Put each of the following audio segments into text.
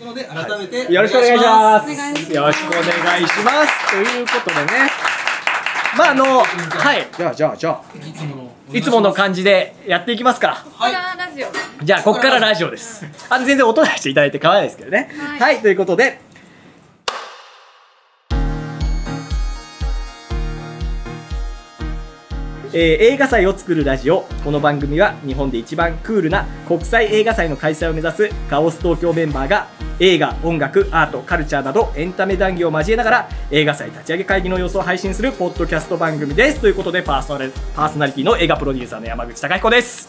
なので改めて、よろしくお願いします。お願いしますよろしくお願いします。ということでね。まあ、あの、はい。じゃあじゃあじゃいつものいつもの感じでやっていきますかはいララジオ。ら。じゃあ、こっからラジオです。あの、全然音出していただいて構わないですけどね。はいはい、ということで。えー映画祭を作るラジオこの番組は日本で一番クールな国際映画祭の開催を目指すカオス東京メンバーが映画音楽アートカルチャーなどエンタメ談義を交えながら映画祭立ち上げ会議の様子を配信するポッドキャスト番組ですということでパーソナリパーソナリティの映画プロデューサーの山口孝彦です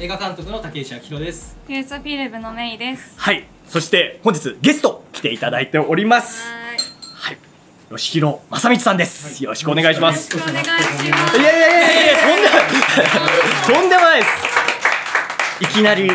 映画監督の竹内明宏ですユースフィルムのメイです。はいそして本日ゲスト来ていただいておりますはい。はい吉弘正道さんです、よろしくお願いしますよろしくお願いします。いやいやいやいやとんでもとんでもないですいきなりい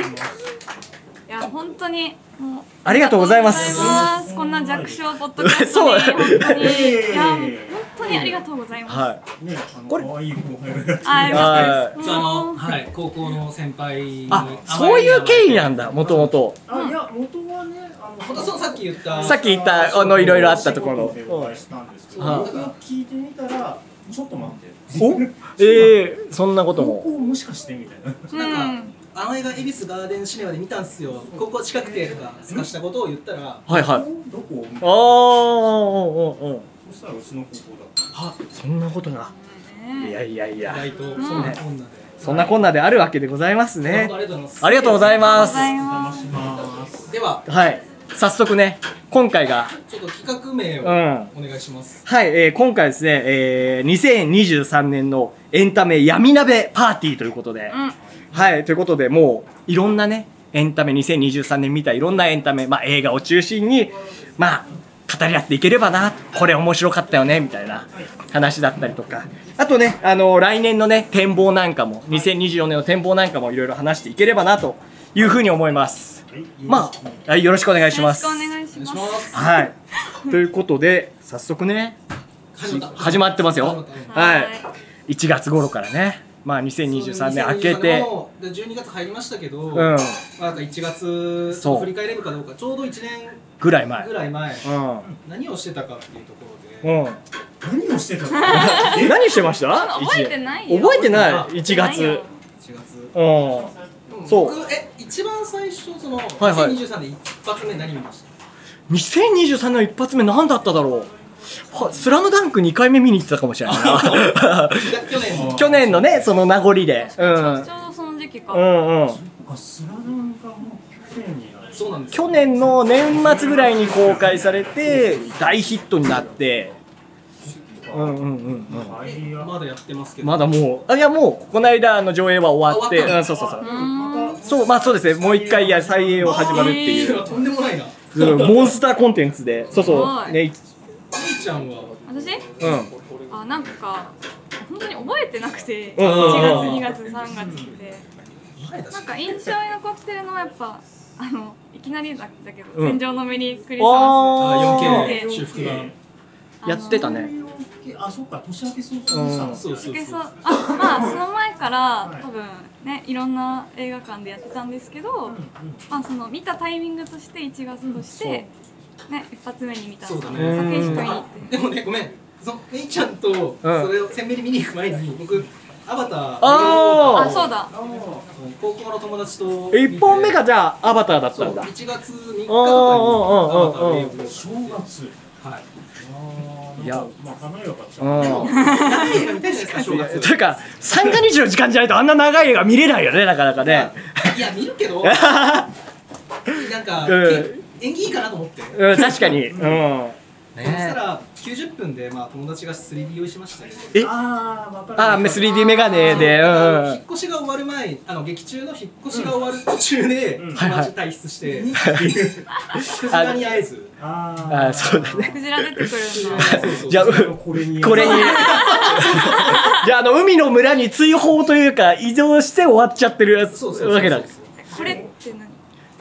や本当にもうありがとうございますありがとうございますこんな弱小ポッドキャスそトうに本当にいやいやいやもういやいや本当にありがとうございます。はね、あのこれ可愛い後輩がやってるあよかったです実はあもの、うはい、高校の先輩にいあそういう経緯なんだもともとあ、いや、元はね、あの、またそうさっき言ったさっき言ったあのいろいろあったところお仕事でお会いしたんですけど、うん僕が聞いてみたら、ちょっと待って、おええそんなこと高も校もしかしてみたいな。なんかあの映画恵比寿ガーデンシネマで見たんすよ高校近くてとかすかしたことを言ったらはいはいどこああうんうんうんそしたらうちの高校だった。そんなことがうんいやねいやい意や外とそんなこんなで、そんなこんなであるわけでございますねありがとうございますありがとうございまごすざいお邪魔ますし。ます。でははい早速ね今回がちょっと企画名うをんお願いします、はい、えー今回ですね、えー2023年のエンタメ闇鍋パーティーということで、うんはい、ということで、もう、いろんなね、エンタメ、2023年見たいろんなエンタメ、まあ、映画を中心に、まあ、語り合っていければな、これ面白かったよね、みたいな話だったりとか、あとね、あの、来年のね、展望なんかも、2024年の展望なんかもいろいろ話していければな、というふうに思います。まあ、はいよろしくお願いしよろましす。くお願いしお願いましす。ますはい。ということで、早速ね、始まった始まってますよ。ははいい。1月頃からね、まあ2023年明け2023て年、もで12月入りましたけど、うまんあ、、なんか1月そう振り返れるかどうかちょうど1年ぐらい前ぐ。らい前う何をしてたかっていうところで、ん。うん。何をしてたの何してました覚えてないよ。覚えてない覚え ?1 月。よ1月うでもそう僕え一番最初その、いはい2023で一発目何見ましたん。2023の一発目何だっただろうはスラムダンク2回目見に行ってたかもしれない な。去年の去年のね、その名残で。うちん。ょうどその時期うか。んうん。あ、スラダンがもう去年になる。そうなんですよ去年の年末ぐらいに公開されて、大ヒットになって。うんうんうんうん。あいやまだやってますけどまだもう、あ、いやもう、この間の上映は終わっあて、終わったのうん、そうそうそう。うん。またそう、まあそうですね、もう一回や再映を始まるっていいやう、とんでもないなうんモンスターコンテンツで、そうそはう、いね、い兄ちゃんは私？うん。あなんか本当に覚えてなくて、うんうんうん1月2月3月って前だしなんか印象に残ってるのはやっぱあのいきなりだったけど、うん戦場のメリークリスマあーー 4K 修復版スやってたねあ、そっか、年明け早々にさうんそうそうけそそううあまあその前から多分ねいろんな映画館でやってたんですけど、まあその見たタイミングとして1月として、ね一発目に見たそうだね作品に行っあでもねごめんその兄ちゃんとうんそれを鮮明に見に行く前に僕アバターあーあそうだあー高校の友達と一本目ががじゃあ、アバターだったそんうだ。 1月3日とかにアバターで映画を正月はいあーいやなんかまあ華やかちうゃんん。長い映画見たいじゃないですか正月というか、三が日の時間じゃないとあんな長い映画見れないよね、なかなかね。いや見るけどなんか、うん演技いいかなと思って、そうん、確かに。うん。したら90分で、まあ、友達が 3D 用意しましたけど、えあーわかるあー、3D メガネで、うあのん引っ。越しが終わる前あの劇中の引っ越しが終わる途中で、うん友達退出して、うん クジラに会えずああーそうだクジラ出てくるんだそうそうじゃあ、うこれにこれに。じゃあ、あの、海の村に追放というか、移動して終わっちゃってるやつそうそうそうそうわけだ。これって何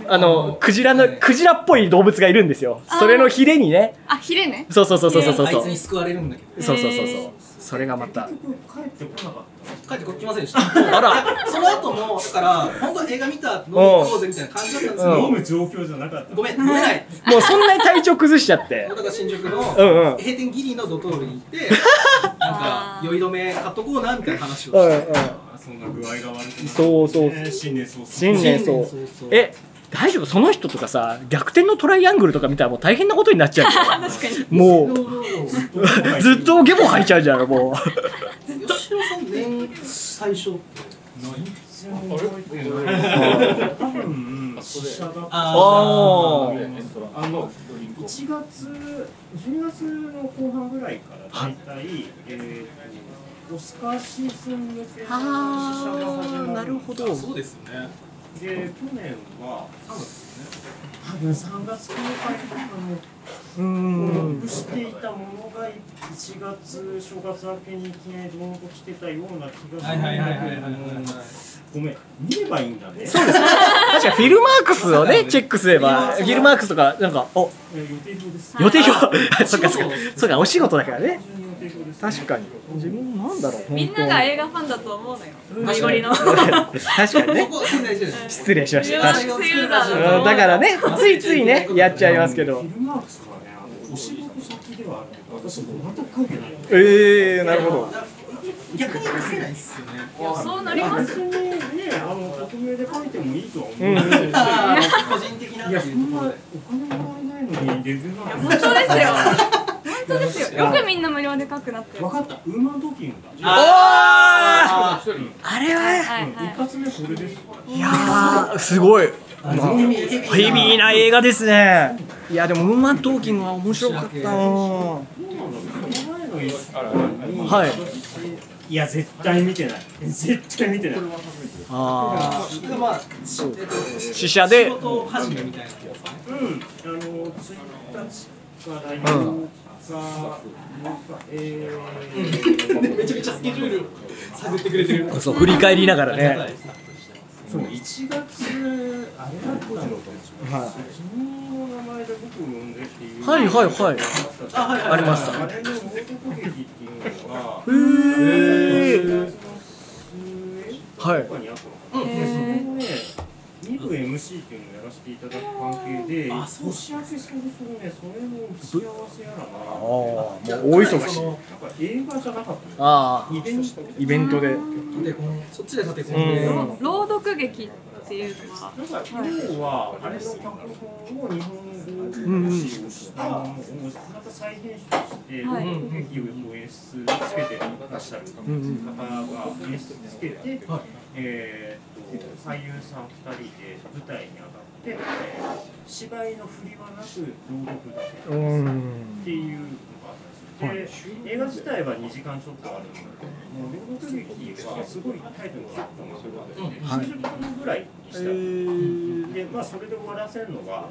あのクジラのはいクジラっぽい動物がいるんですよあーそれのヒレにねあヒレねそうそうそうそうそうそうあいつそうに救われるんだけどそうそうそうへーそれがまた結局帰ってこなかった帰ってこきませんでした あらその後もだから本当は映画見た後飲み行こうぜみたいな感じだったんですけうん飲どむ状況じゃなかったごめ ん飲めないもうそんなに体調崩しちゃってだから新宿うんうんの閉店ギリのドトールに行ってなんか酔い止め買っとこうなみたいな話をうんうしんてそんな具合が悪くなってそうそうね新年早々新年早々新年早々え大丈夫その人とかさ逆転のトライアングルとか見たらもう大変なことになっちゃうよ確かにもうずっ ずっとゲボ吐いちゃうじゃんもと吉野さん年最初多分死者だったあーあの1月12月の後半ぐらいから大体、えーとオスカーシーズン向けの試写が始まるあーなるほどそうですねで去年は3月ですね多分3月公開とかのうう登録んしていたものが1月正月明けにいきなり登録してたような気がするごめん見ればいいんだねそうです確かフィルマークスをまさねかねチェックすればフフィルマークスィルマークスとかなんかお予定表です予定は表い そっかそっかそっかお仕事だからね単純に予定表です確かに自分なんだろう本当みんなが映画ファンだと思うのよゴリゴリの 確かにそねこ仙台じゃない失礼しました確かミュージックユーザーにうだんとだからねついついねやっちゃいますけフどィルマークスはね、あのお仕事先ではあるけど、私も全く関係ない。ええなるほど逆に出せないっすよね予想乗ります別にね、あの匿名で書いてもいいとは思うんう。いあー個人的なってや、そいうんとこなおろで金もらえないのにレビューなん本て。当ですよ本当ですよよくみんな無料で書くなってわかった、ウーマンドッキングだ。あーあれははいは一発目これです。いやーすごいあのヘビーヘビーな映画ですねいやでもウーマントーキングは面白かったなそうなんだこの前の一週間にはいいや、絶対見てない。絶対見てない。あだからまあ、しえっとー試写で仕事始めみたいなやつですねうん、あのツイッターが来年か、えー、でめちゃめちゃスケジュール探ってくれてる。そう振り返りながらねそう1月あれだったのは君の名前で僕を呼んでっていうはいはいはいあ、はいはいはいありましたあれの報告劇っていうのがいへーはい他にあったのかいへーなで2部 MC っていうのをやらせていただく関係であそう年明け早々ねそれの打ち合わせやらなあーなもう大忙しいそんか映画じゃなかったあのイベントイベントでの立て込んそっちで立て込んで、うん朗読劇っていうかなんか要はあれの脚本を日本語んうんに使用したものをまた再編集して、はい音劇を演出つけてらっしゃるうんうん方が演出つけて、はいえーっと俳優さん2人で舞台に上がって、えー芝居の振りはなく朗読だけうなんですんっていうのがあったんですよで映画自体は2時間ちょっとあるんだけどもう朗読劇はすごいタイトルがあったのがあって90分ぐらいにしたんですよで、まあ、それで終わらせるのが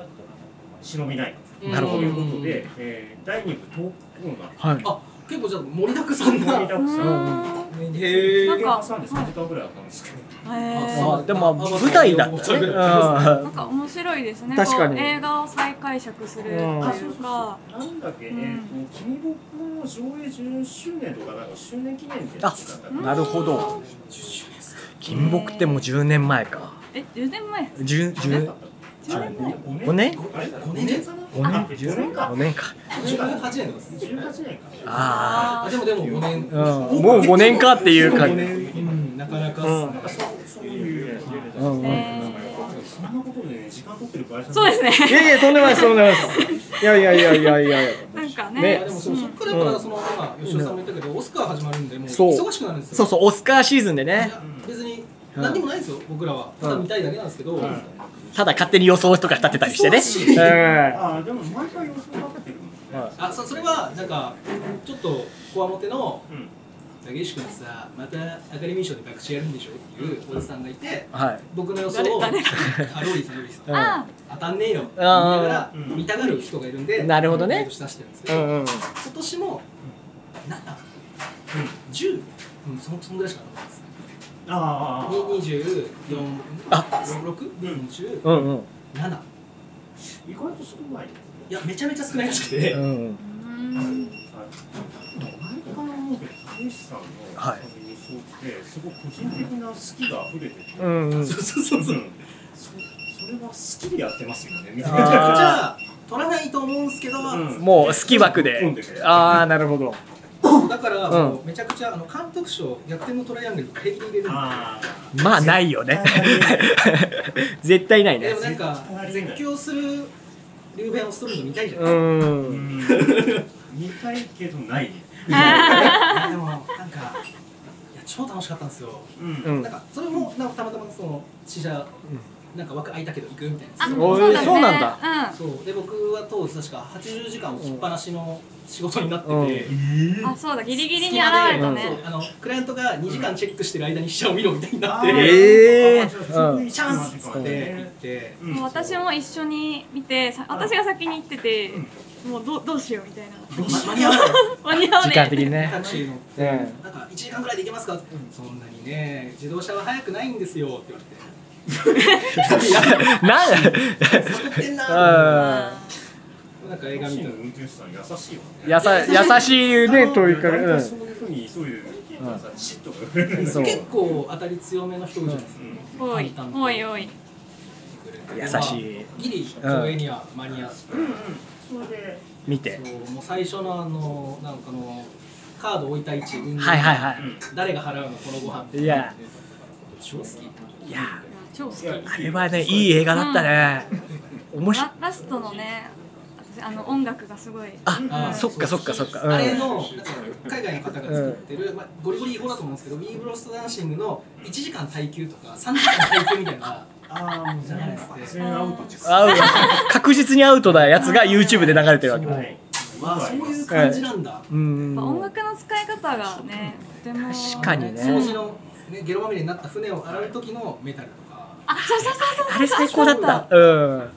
忍びないなるほどということで、えー第2部トークコーナーはいあ、結構じゃあ盛りだくさん盛りな。だうくさんーんへな休ん憩ー。か挟んで3時間ぐらいあったんですけどへーあでもまあ舞台だったねなあんか面白いですね。確かにこう映画を再解釈するといううんあか、なんだっけ、えうんーと「君僕」の上映10周年とかなんか周年記念でやってたんだけーどなるほど金木ってもう10年前かえ、10年前、 10 10 10年前、 5年5年かな5年あ5 5年年かか18年なんですね。 18年かああ、でもでも5年。あもう5年かっていう感五じ年。うん、なかなかっすね。そういううんうんえそんなことでね時間取ってる会社ー、そうですねいやいね。やとんでもないですとんでもないですいやいやいやいやいやいやなんかねいやねで、もそうそっからだからその今吉田さんも言ったけどオスカー始まるんでもうそう忙しくなるんですよ。そうそうオスカーシーズンでいねや別に何にもないですよ僕らはただ見たいだけなんですけど。ただ勝手に予想とか立てたりしてねそうそうあーでも毎回予想立ててるもんねうんはいあそそれはなんかちょっとこわもてのうん竹石君さまたアカデミー賞で爆笑やるんでしょっていうおじさんがいてはい僕の予想誰を誰だあローリーさんローリーさんうんあ当たんねえよって言いながらうん見たがる人がいるんでなるほどね毎年出してるんですけうど、んうん今年も7、10、うん、そそんぐらいしかなかったですああに24あ6で20うんうん7意外と少ないですね。いやめちゃめちゃ少ないらしくて、うんはい前から思うけど、高橋さんのはい輸送って、すごい個人的な好きが溢れてて、うんうんそうそうそうそう、うんそそれは好きでやってますよね、みたいめちゃくちな。ゃ取らないと思うんですけど、うんもう好き枠でああなるほどだから、うんもうめちゃくちゃあの監督賞逆転のトライアングル平気で入れるんであまあないよね絶対ないでねもなんか絶叫するリューベンをストるの 見たいじゃうない、あ、うんん、見たいけどない。ん、でもなんかいや超楽しかったんですよ、う。うんんなんかそれもなんかたまたまその試写なんか枠空いたけど行くみたいなあ、おーそうだね。そうなんだそうで僕は当時確か80時間置きっぱなしの仕事になってて、うんうん。あ、そうだ。ギリギリに現れたたそうね。あのクライアントが2時間チェックしてる間に飛車を見ろみたいになっあて、ーええうんチャンスっつって行って、うもう私も一緒に見て、さ私が先に行ってて、もうどうどうしようみたいな。ま間に合わない間に合わ時ね間的にタねクシー乗って、なんか1時間くらいで行けますか、そんなにね自動車は速くないんですよって言われていやな探ってんなー あなんか映タ画見クシてーの運転手さん優しいよね。やさ優しいね問いかけ大う体んそういうふうに急いで聞いたらさ、シッとか言われるんですそうよ。結構当たり強めの人多いじゃないですか、おいおいおい。優しいギリ上映には間に合って、うんうん。それで、見てそうもう最初のあのなんかあのカード置いた位置運動はいはいは誰が払うのこのご飯いいや超好きいや超好き。あれはねいい映画だったね面白いララストのね、私あの音楽がすごい。あーそっかそっかそっかあれうの海外の方が作ってる、まあ、ゴリゴリ違法だと思うんですけど「ビーブロストダンシング」の1時間耐久とか3時間耐久みたい なああ、もうじゃないですね。アウトです。ん合うわ確実にアウトなやつが YouTube で流れてるわけだはい。あそういう感じなんだ、うやっんぱ音楽の使い方がね、とても。確かにね掃除の、ね、ゲロまみれになった船を洗う時のメタルとかあ、そうそうそうそう。あれ最高だったうん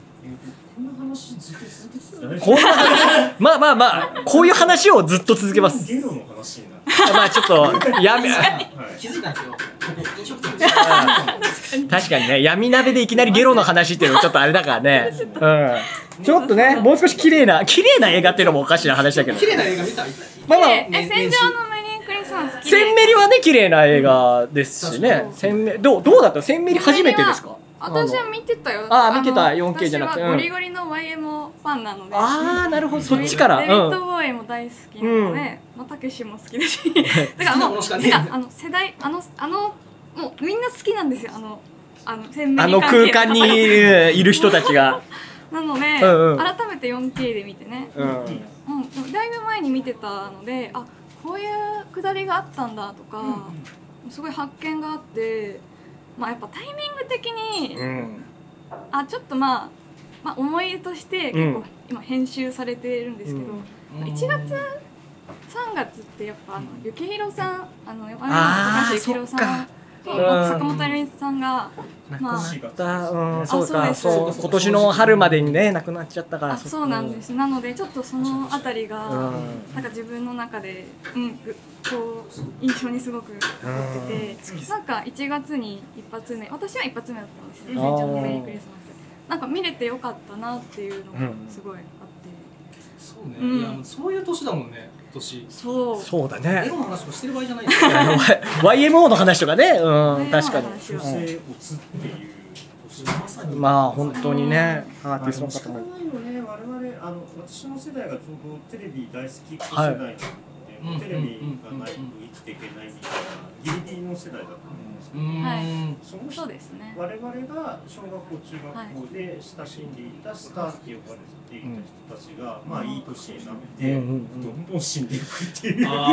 こんな話ずっと続けてたらこんなまあまあまあこういう話をずっと続けますゲロの話になる。まあちょっとや めはい。気づいたんですよここ飲食店でし確かにね闇鍋でいきなりゲロの話っていうの はちょっとあれだからね、うん、ちょっとねもう少し綺麗な綺麗な映画っていうのもおかしな話だけど綺麗な映画見たいまあまあえ、え戦場のメリークリスマス。センメリはね綺麗な映画ですしね、うんセンメどうどうだったセンメリ初めてですか私は見てたよ。あー見てたの 4K じゃなくて私うはんゴリゴリの YMO ファンなので。ああなるほどそっちから、デビッうド・ん、ボーイも大好きなので、まあたけしも好き だしだから好きなもものうしかなねんかあの世代あのあのもうみんな好きなんですよあのあの鮮明あの空間にいる人たちが、 なので、うんうん改めて 4K で見てね、 うん、うん、でもだいぶ前に見てたのであこういうくだりがあったんだとか、すごい発見があって、まあ、やっぱタイミング的に、うん、あちょっとまあ、まあ、思い出として結うん構今編集されてるんですけど、うん1月3月ってやっぱあの幸宏さんあのあー山梨幸宏さんとそっかうん坂本龍一さんが亡くまなあった、うん、あそうそうかですそう今年の春までにね亡くなっちゃったからあそうなんですなのでちょっとそのあたりがうんなんか自分の中でうんぐこう印象にすごく残っててなんか1月に一発目私は一発目だったんですよ「う戦ん場のメリークリスマス」なんか見れてよかったなっていうのがうんすごいあってそうね、うんいやもうそういう年だもんね今年そうそうだエねロの話もしてる場合じゃないですよあの YMO の話とかね、うん、 YMO 確かにの話女は性をつっていう年まさにまあ本当にねアーティストの仕方方もないよね我々あの私の世代がちょうどテレビ大好きっ子世代なので、いもうテレビがないと生きていけないみたいなギリギリの世代だと思うんですけうど、ーん、はいその人そうですね我々が小学校中学校で親しんでいたスターって呼ばれていた人たちが、まあいい年になって、うんうんどんどん死んでいくっていうそりあ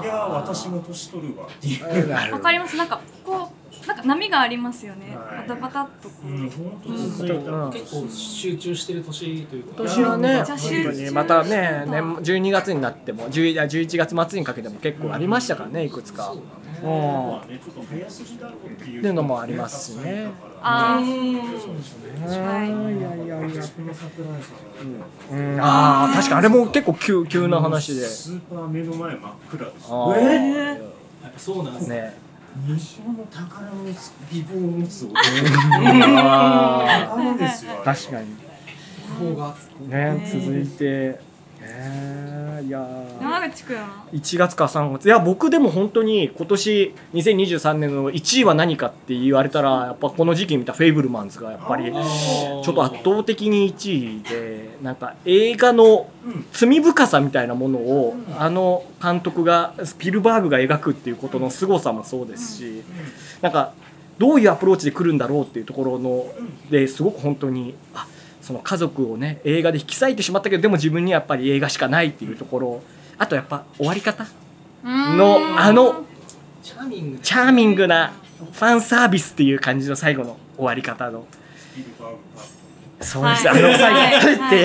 ゃ私も年取るわっていう。わかります。なんかこうなんか波がありますよね。はいバタバタっとこう。うん、本当続いたうんー結構集中してる年というか今年はね、めっちゃ集中本当にまたね、年12月になっても、10あ11月末にかけても結構ありましたからね、いくつか。まあね、ちょっと早すぎだろうっていうっていうのもありますしねあそうですね。はいやいやいや。この桜井さんがうん、ああ、確かあれも結構急急な話で。スーパー目の前真っ暗です。あーやっぱそうなんですねね、西尾の宝の美貌を持つ男あ宝ですよー確かに方がね続いてえー、いやー山口くん1月か3月いや僕でも本当に今年2023年の1位は何かって言われたらやっぱこの時期見た「フェイブルマンズ」がやっぱりちあーょっと圧倒的に1位でなんか映画の罪深さみたいなものをあの監督がスピルバーグが描くっていうことの凄さもそうですしなんかどういうアプローチで来るんだろうっていうところのですごく本当にあその家族をね映画で引き裂いてしまったけどでも自分にはやっぱり映画しかないっていうところあとやっぱ終わり方のあのチャーミングチャーミングなファンサービスっていう感じの最後の終わり方のスピルバーグかそうです、はいあの最後は い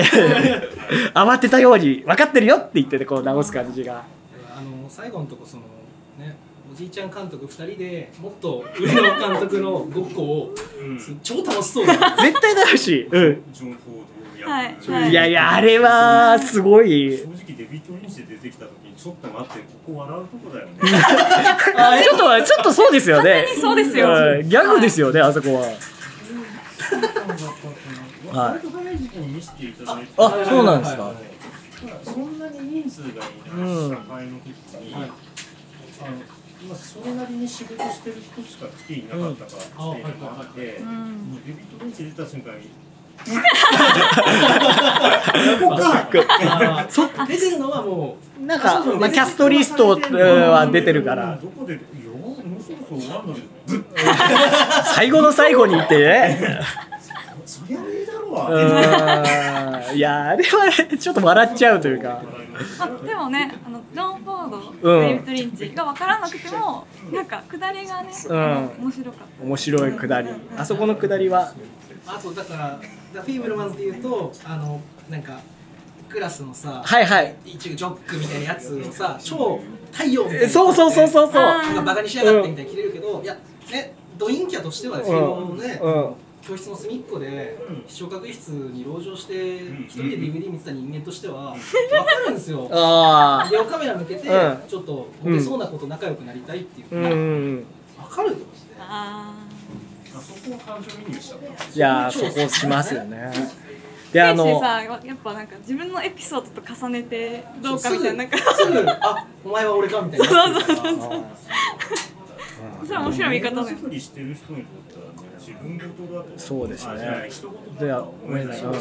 って、慌てたように分かってるよって言っててこう直す感じあがの最後のとこそのねおじいちゃん監督2人でもっと上野監督のごっこをうんジ超楽しそうだ絶対なるし、うんョン・フォード役、はい正はい直いやいやあれはすごい正直デビッド・リンチで出てきた時にちょっと待ってここ笑うとこだよねちょっとちょっとそうですよねにそうですよんギャグですよねあそこははい割と早い時期に見せていただいて あそうなんですかそんなに人数がいない社会の時に、うんあのまあ、それなりに仕事してる人しか来ていなかったからっていうのもあって、うもんうデビッド・リンチ出た瞬間にあーそ出てるのはもなんか、まあ、キャストリストうんは出てるからどこでいやもうそろそろ終わんだけどぶっ最後の最後にってねそりゃいいだろううわんいやあれはねちょっと笑っちゃうというかあでもねあのジョン・フォーうんド、デイビッド・リンチが分からなくてもなんか下りがね、うんあの面白かっ面白いくだりあそこのくだりはうあとだからだフィーブルマンズで言うとあのなんかクラスのさ、はいはい一応ジョックみたいなやつをさ超太陽みたいなそうそうそうそうそうあなんかバカにしやがってみたいに切れるけど、いやねドインキャとしてはですうよ、んもうね、うん教室の隅っこでうん視聴覚室に籠城してん一人で DVD 見てた人間としてはわかるんですよ あビあデオカメラ向けてうんちょっとボケそうなこと仲良くなりたいっていううわ、んうんかると思ってたああそこを感情移入しちゃったいやーそこしますよねでーああののさやっぱなんか自分のエピソードと重ねてどうかみたいななんかすぐあお前は俺かみたいになってるからそれは面白い見方だよ作りしてる人にとっては、ね、自分事だとそうですねあじゃあ人事でだはと思えないうんだか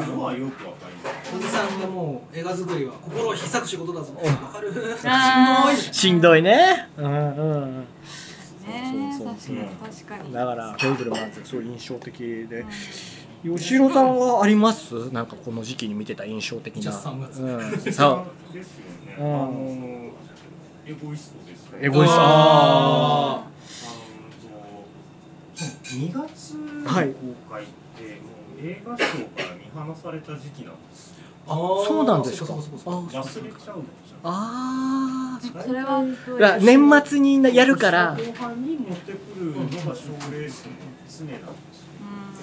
らのはよくわかりますおじさんがもう映画作りは心を引き裂く仕事だぞわかるしんどいあーしんどいねうんうんうんねそうそうそ確うかに確かにだからフェイブルマンズすごい印象的で吉野さんはありますなんかこの時期に見てた印象的じなゃあ3月うん、さですよね、うんあのエゴイストですねエゴイストあー2月の公開って、もう映画賞から見放された時期なんですよああーそうなんですかそうそうそうそう忘れちゃうじゃんあーそれはだから年末にやるから後半に持ってくるのが賞レースの常なんですよ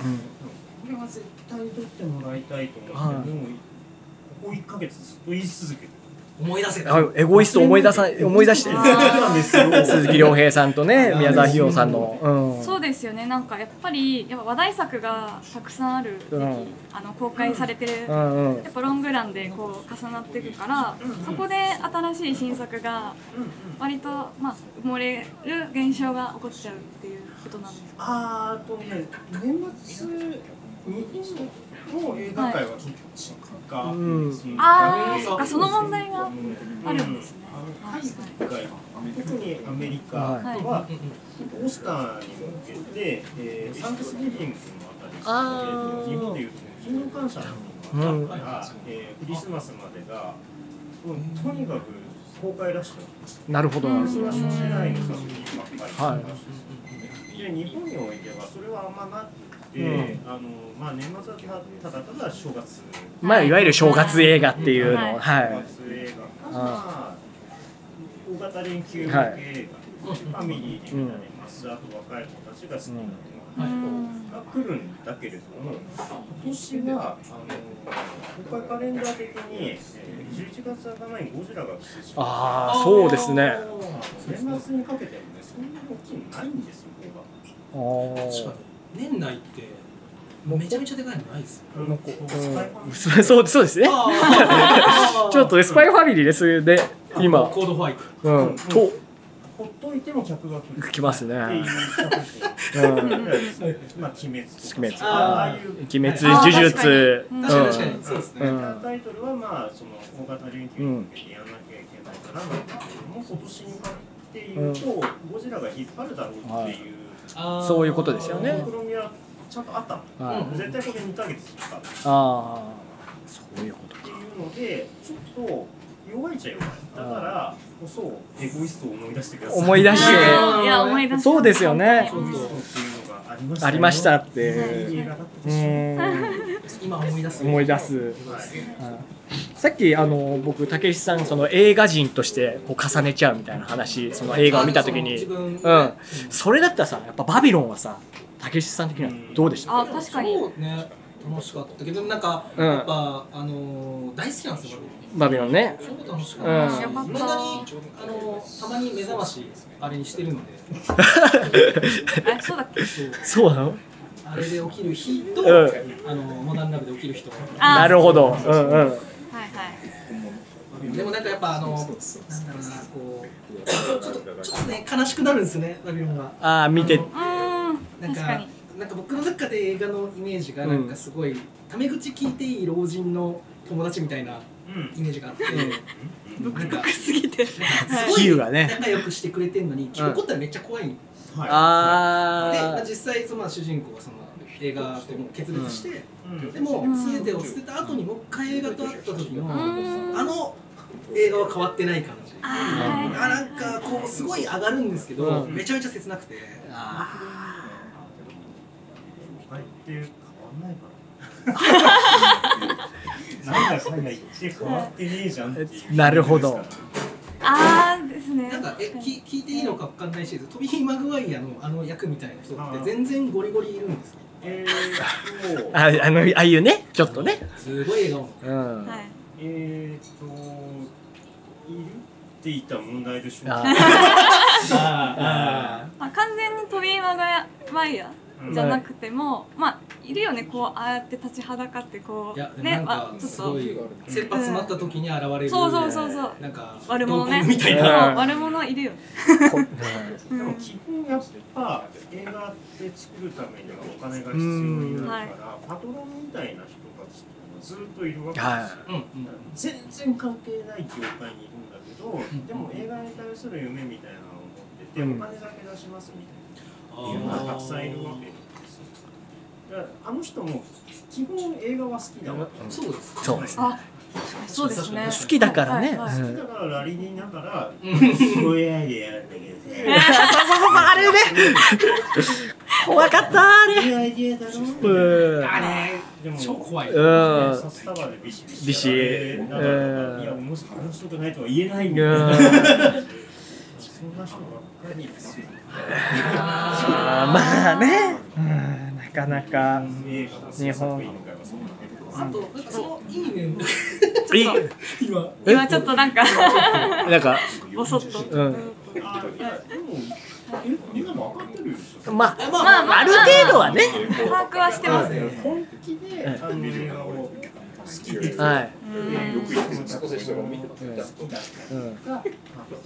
うんこれは絶対取ってもらいたいと思って、はいもうここ1ヶ月ずっと言い続けて思い出せたあエゴイスト思い出さ思い出してるあーなんですよ鈴木亮平さんとね宮沢ひよさんの、うん、そうですよねなんかやっぱりやっぱ話題作がたくさんある時期、うんあの公開されてる、うやんうんっぱロングランでこう重なっていくから、そこで新しい新作が割と、まあ、埋もれる現象が起こっちゃうっていうことなんですかあーとね年末日本の映画界はちょっと進化、うん進化あでーあその問題がうんあるんですねあのはい海外特にアメリカは、はいはうんうんオスカーに向けて、えー、サンクスギビングのああーたり、日本でいうと勤労感謝の日があったから、えークリスマスまでが、もうとにかく公開ラッシュだったなるほどなるそほれはど初世代の作品ばっかりだはっいたしで日本においてはそれはあんまなくて、うんあのまあ、年末はただただ正月まあいわゆる正月映画っていうのはい夏映画か、まあ、大型連休向け映画、はいファミリーで見られます、あと若い子たちが好きなのうんが来るんだけれども、今年はあの公開カレンダー的に、えー11月頭にゴジラが来てしまうああそうですね年末にかけてもね、そんなに大きいのないんですよ、こ確かに年内ってめちゃめちゃでかいのないですよれが。なんかこうんそうそうそうですねあー ちょっとスパイファミリーですね今コードホワイトうんとほっといても客が来る。来ますねっていう作品。うんまあ、鬼滅とか。鬼滅ああいう。鬼滅呪術あー確かに確うかんにそうですね、うんタイトルはまあその大型連休に向けてやんなきゃいけないからなんだけども、今年に関っていうと、ゴジラが引っ張るだろうっていう、あーそういうことですよね目論みはちゃんとあったの、はいうん絶対これ2ヶ月引っ張るっああそういうことていうのでちょっと弱いちゃ弱いだからこそエゴイストを思い出してください思い出いしてや思い出したそうですよねエゴイストっていうのがありましたありましたよっいてい映画だったうでしょん今思い出す思い出すはいさっきあの僕たけしさんその映画人としてこう重ねちゃうみたいな話その映画を見た時あにその自分うんそれだったらさやっぱバビロンはさたけしさん的にはどうでしたあ確かにそうね楽しかったけどなんか、うんやっぱあのー大好きなんですよバビロンね僕超楽しかっうんたし、よかった未だにあのーたまに目覚ましあれにしてるのであそうだっけそうそうなのあれで起きる日と、うんあのーモダンラブで起きる人あなるほどうんうんはいはいでもなんかやっぱあのーなんだろうなこうちょっとちょっとね悲しくなるんですよねバビロンはああ見てうー なんん確かかになんか僕の中で映画のイメージがなんかすごいタメ口聞いていい老人の友達みたいなうんイメージがあって、なんか低すぎてす比ご喩いがね仲良くしてくれてるのに怒ったらめっちゃ怖いんで、はいあまああ実際そのまあ主人公はその映画ともう決別して、うんでもうん全てを捨てた後にもう一回映画と会った時の、んあの映画は変わってない感じ。ああーなんかこうすごい上がるんですけど、うんめちゃめちゃ切なくて、都会って変わんないから。なんだかんだ言って変わってねえじゃんっていう。なるほどあーですねなんかえき聞いていいのかわかんないし、トビー・マグワイアのあの役みたいな人って全然ゴリゴリいるんですよ。えーっと、ああのああいうねちょっとねすごい笑顔。うんはいえーっと、いるって言ったら問題でしょうあか。ーあまあ、完全にトビー・マグワイアじゃなくても、まあいるよねこうああやって立ちはだかってこいやうでもなねんかまあちょっすとごい切羽詰まった時に現れるそうそうそうそうなんか悪者ね同行みたいそうなうん悪者いるよねこでも基本やっぱ映画って作るためにはお金が必要になるから、パトロンみたいな人たちってずっといるわけですよ。はういんうん全然関係ない業界にいるんだけど、でも映画に対する夢みたいなのを持ってて、うんお金だけ出しますみたいな人がたくさんいるわけですよだからあの人も基本映画は好きだわけそうですそうですあ確かにそうですね好きだからねはいはいうん好きだからラリにながらすごいアイデアなんだけどね そうそうそうそうあれね怖かったあいいアイデアだろれうんあれでも超怖いうん札束でビシビシビシやられながらうんいや面白面白くないとは言えないんだうよんそんな人ばっかりですよあーまあねうんなかなか映画の制作委員会はそんなことあとなんかそのいいねい今今ちょっとなんか なんかボソッと、うんあいやでもえみんなも分かってるでしょままああまあまあある程度はね把握はしてますね本気であの映画を好きではいうん好きだとか好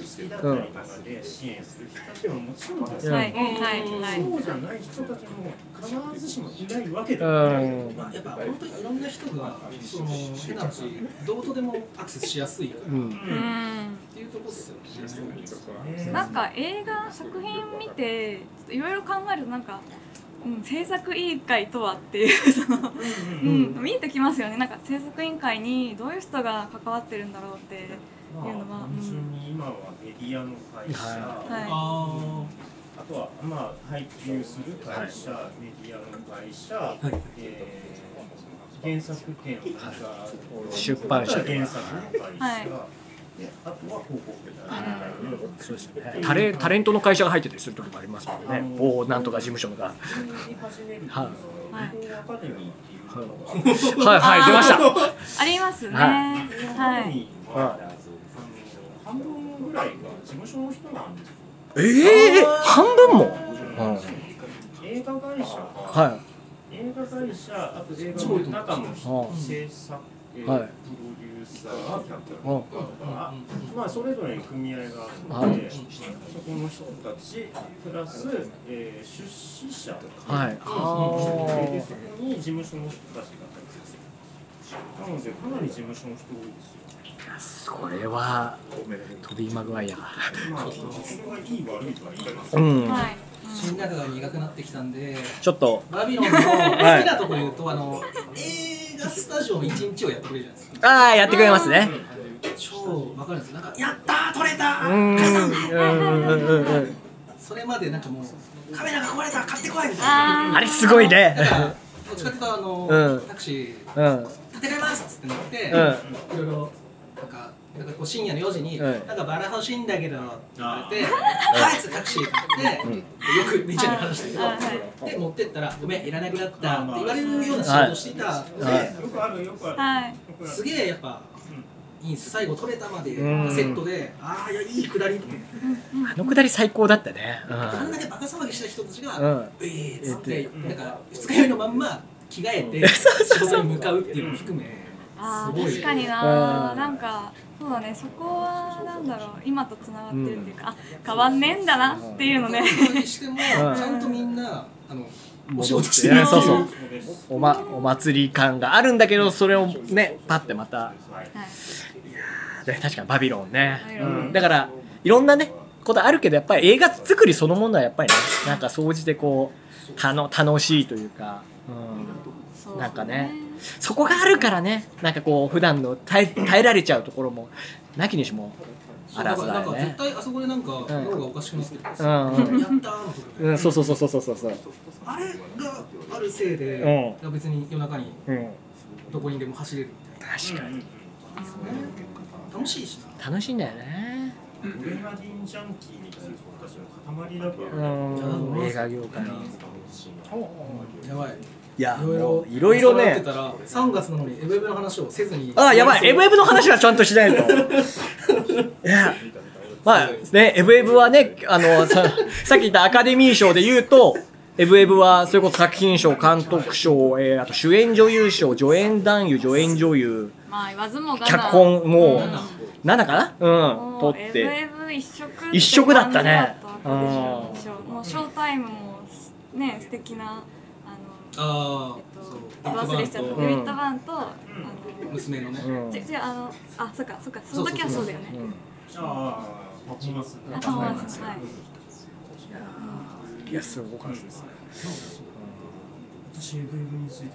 きだったりとかで支援する人たちはもちろんですはいはいはいそうじゃない人たちも必ずしもいないわけうだんまあやっぱ本当にいろんな人がその変な話どうとでもアクセスしやすいかうらっんうんていうところですよねなんか映画作品見ていろいろ考えるとなんか、うん、制作委員会とはっていうその、うん見えてきますよねなんか制作委員会にどういう人が関わってるんだろうってまあ単純に今はメディアの会社、はいああとは、まあ、配給する会社、メディアの会社、えー原作権を持った出版社とか原作の会社、はいであとは広告代理店そうですよねタレタレントの会社が入ってたりする時もありますもんね某なんとか事務所が普通に始めると、はい日本アカデミーっていうのが、はいはい出ましたありますねははい日本アカデミーはあの半分ぐらいが事務所の人なんですよ。えええ半分も、うん、映画会社か、は映画会社、あと映画の中の人制作、えープはロいデューサー、キャプテンい、うん、まあそれぞれに組合があはっいて、そこの人たちプラス、えー出資者とか、はいでそこに事務所の人たちが入ってますなのでかなり事務所の人多いですよ。それはトビー・マグワイアまあそれがいい悪いとは言います。うんはい、死んだが苦くなってきたんでちょっとバビ ロンの好きなとこ言うと、あの映画スタジオの一日をやってくれるじゃないですかああやってくれますね超わかるんですよなんかやったー撮れたうー、んうんうんうんうんそれまでなんかもうカメラが壊れた買ってこいみたいなああれすごいねだから どっちかっていうとあの、うんタクシーうん立てれますっつって乗って、うんいろいろなんかなんかこう深夜の4時に、うんなんかバラ欲しいんだけどって言われて「はい」っつってタクシー乗って、よくみーちゃんに話したけど、はいはいで持ってったら「ごめんいらなくなった」って言われるような仕事をしていたので、はいよくあるよくある。はい、よくあるすげえやっぱ、いいんです最後取れたまでセうんットで、ああいやいいくだり、あのくだり最高だったねうあんんだけバカ騒ぎした人たちが、ううんえーっつって、えなんか二日酔いのまんま着替えて仕事に向かうっていうのも含め、あすーごい確かになうーんなんかそうだねそこはなんだろう今とつながってるっていうか、あ変わんねえんだなっていうのね、本当にしても、ちんゃんとみんなあのお仕事しているやそうそうそうです。おまお祭り感があるんだけどそれをねパッてまたはい。はい、ね確かにバビロンねバビ、うロンん、だからいろんなねことあるけどやっぱり映画作りそのものはやっぱりねなんか総じてこうたの楽しいというか、うん、そうなんかねそこがあるからねなんかこう普段の耐え耐えられちゃうところもなきにしもそあうだらかずらなだんよか絶ね。対あそこでなんか脳がおかしくなってるんですうよ、んうんやったーのとこで、うん、そうそうそうそうそうそうそう。あれがあるせいで、別に夜中にうん、どこにでも走れるみたいな確かに楽しいしな楽しいんだよね。アドレナリンジャンキーみたいな人たちの塊だとうは。ん、映画業界。やばいいや、いろいもろういろいろやってね。たら3月なのにエブエブの話をせずにあ、やばい、エブエブブの話はちゃんとしな いと。いや、まあ、ね、エブエブはね、あの、さ、 さっき言ったアカデミー賞で言うと。エブエブはそれこそ作品賞、監督賞、えー、あと主演女優賞、助演男優、助演女優、まあ言わずもがな脚本もうん7かなうんもう取っエブてエブ一色って一色だったね感じだったわけでしょもうショータイムもね素敵なあのあえっあそうと忘れちゃったビッユグバニンットバンとあとの娘のね、うんじゃじゃあのあそっかそっかその時はそうだよねじゃあパフォーマンス。あパフォーマンスはいいやすごかったですね私 FF について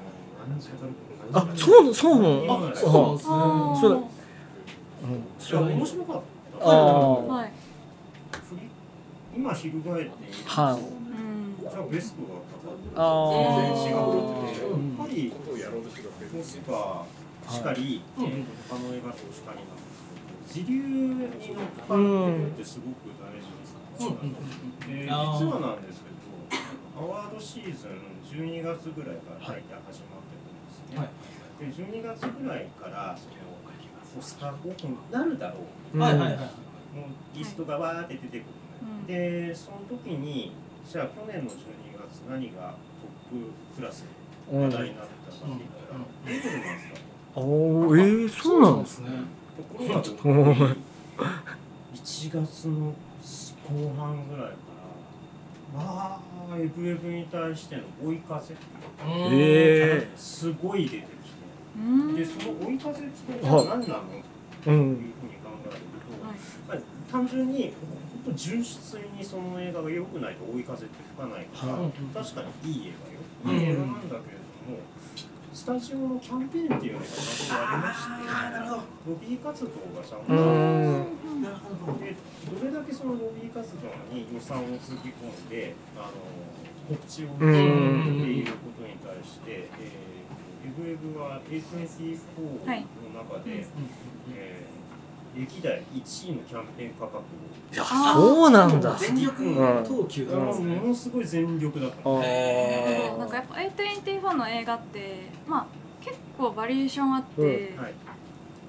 何も語ることあそうそうなのあそうなんですねあーそうだいや面白かっあたはい振り今翻ってあはいうんじゃあベストだったかあ全然違うってうやんっぱりコスパしかり、えー他の映画賞しかりなんですけど自流に乗っかってるってすごく大事ですうんうんうんで実あーはなんですけどアワードシーズン12月ぐらいから大体始まってるんですね、はいで12月ぐらいからそのオスカー候補になるだろううんはいはいはいもうリストがわーって出てくる、うんでその時にじゃあ去年の12月何がトップクラスうでん話題になったかって言ったら「ベーブルあーマンズ」だえー、そうなのですねとところがどっかうんに1月の後半ぐらいからわあエブエブに対しての追い風えすごい出てきうてんでその追い風ってじゃあ何なのー、うといんうふうに考えると、まあ、単純に本当純粋にその映画が良くないと追い風って吹かないから、はい確かにいい映う画んよ、いい映画なんだけれどもスタジオのキャンペーンっていうのがちゃんとありましてなるほどロビー活動がちゃんうとあんなるほどってでどれだけそのロビー活動に予算をつぎ込んであの告知をしていることに対して、えー、エブエブは A24 はいの中で、えー歴代1位のキャンペーン価格をいやそうなんだ全力投球だもんねものすごい全力だったあのそうなんかーやっぱ A24 の映画ってまあ結構バリエーションあって、うんはい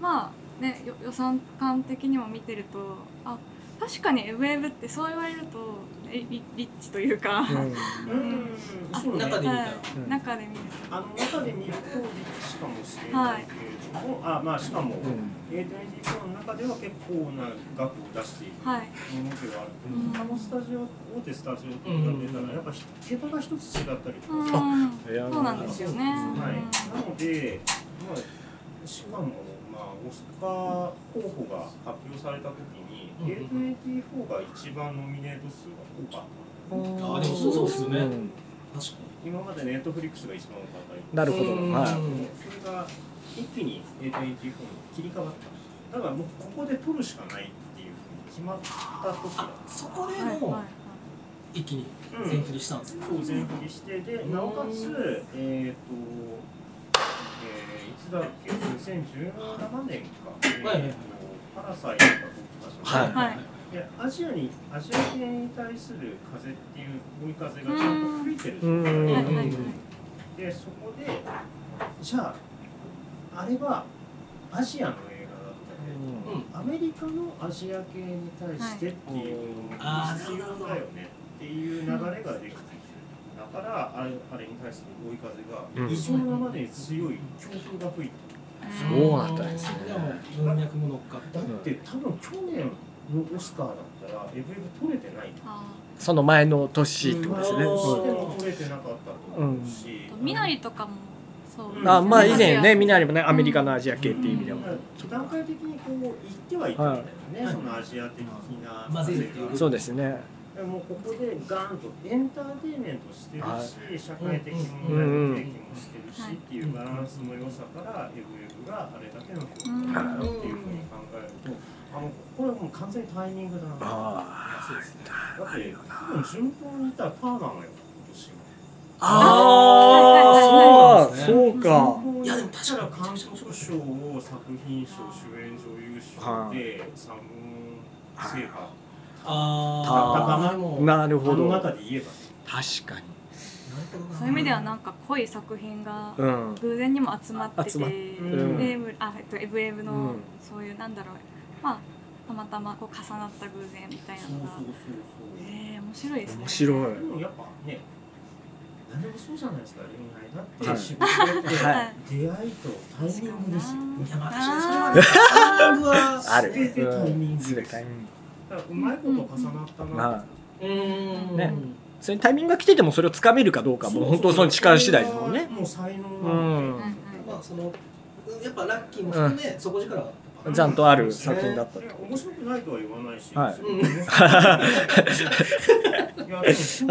まあねよ予算感的にも見てるとあ確かにウェーブってそう言われるとえリリッチというか、うんそうね中で見たらはうんい、中で見るあの中で見るとリッチかもしれないけれども、あまあしかも、A24 の中では結構な額を出しているとはいものではあるうけんど、他のスタジオ大手スタジオとか出たらやっぱ手間が一つ違ったりとうかさ、んいやそうなんですよね、はうい、んなので、まあ、しかも、まあ、オスカー候補が発表されたときに、うんゲート84が一番ノミネート数が多かった。あーでもそうそうっすよねん確か今までネットフリックスが一番多かったりとかなるほどうんはいそれが一気にゲート84に切り替わった。だからもうここで取るしかないっていうふうに決まった時だあそこではいもはう一気にうん全振りしたんですねそう全振りしてでなおかつえっ、と、えー、いつだっけ2017年か、えーとはいはいはいパラサイトが僕がはいはいはいでアジアにアジア系に対する風っていう追い風がちゃんと吹いてるうんうんはいはいはいでそこでじゃああれはアジアの映画だったけれどうんアメリカのアジア系に対してっていうあ必要だよねっていう流れができてきてるだからあれあれに対する追い風が異常なまでに強い強風が吹いてそうなんだですねでも文脈も乗っかってだって多分去年のオスカーだったらエブエブ取れてないあその前の年ってことですね。うんしても取れてなかったと思うしーとみなりとかもそううあまあ以前ね、みみんなにもね、アメリカのアジア系っていう意味でだもか。ら段階的にこう行ってはいたんだよね、はいそのアジア的なまずいっていうがそうですね。でもここでガンとエンターテインメントしてるし、は社会的問題提起もしてるし、っていうバランスの良さからエブエブがあれだけの評価になるっていうふうに考えると、あのこれはもう完全にタイミングだなあそうですねだって多分順当にいったらパーマンがよ今年もはいはいはあー、いそうか。いいややででもも確確かかにに監督賞を作品賞主演女優賞で三本制覇あああーでもなるなるこほのど。中確で言えばかに。ほどなそういう意味ではなんか濃い作品がうん。偶然にも集まってて、集まっうんでむあえっとエブエブうのんそういうなんだろうまあたまたまこう重なった偶然みたいなのがそうえー、面白いですね面白いで。もやっぱね何でもそうじゃないですか恋愛だはっいて仕事だっては出会いとタイミングですよいやまあ確かにそれはねタイミングはある。全てタイミングです全てタイミング。だからうまいこと重なったまなあ、うーんねそれにタイミングが来てても、それをつかめるかどうかも、本当その力次第ですもんね。もう才能うん。がまあそのやっぱラッキーも含め底力はやっぱあるちゃんとある作品だったいとや。面白くないとは言わないし、はいすごく面白いいやはでもいベス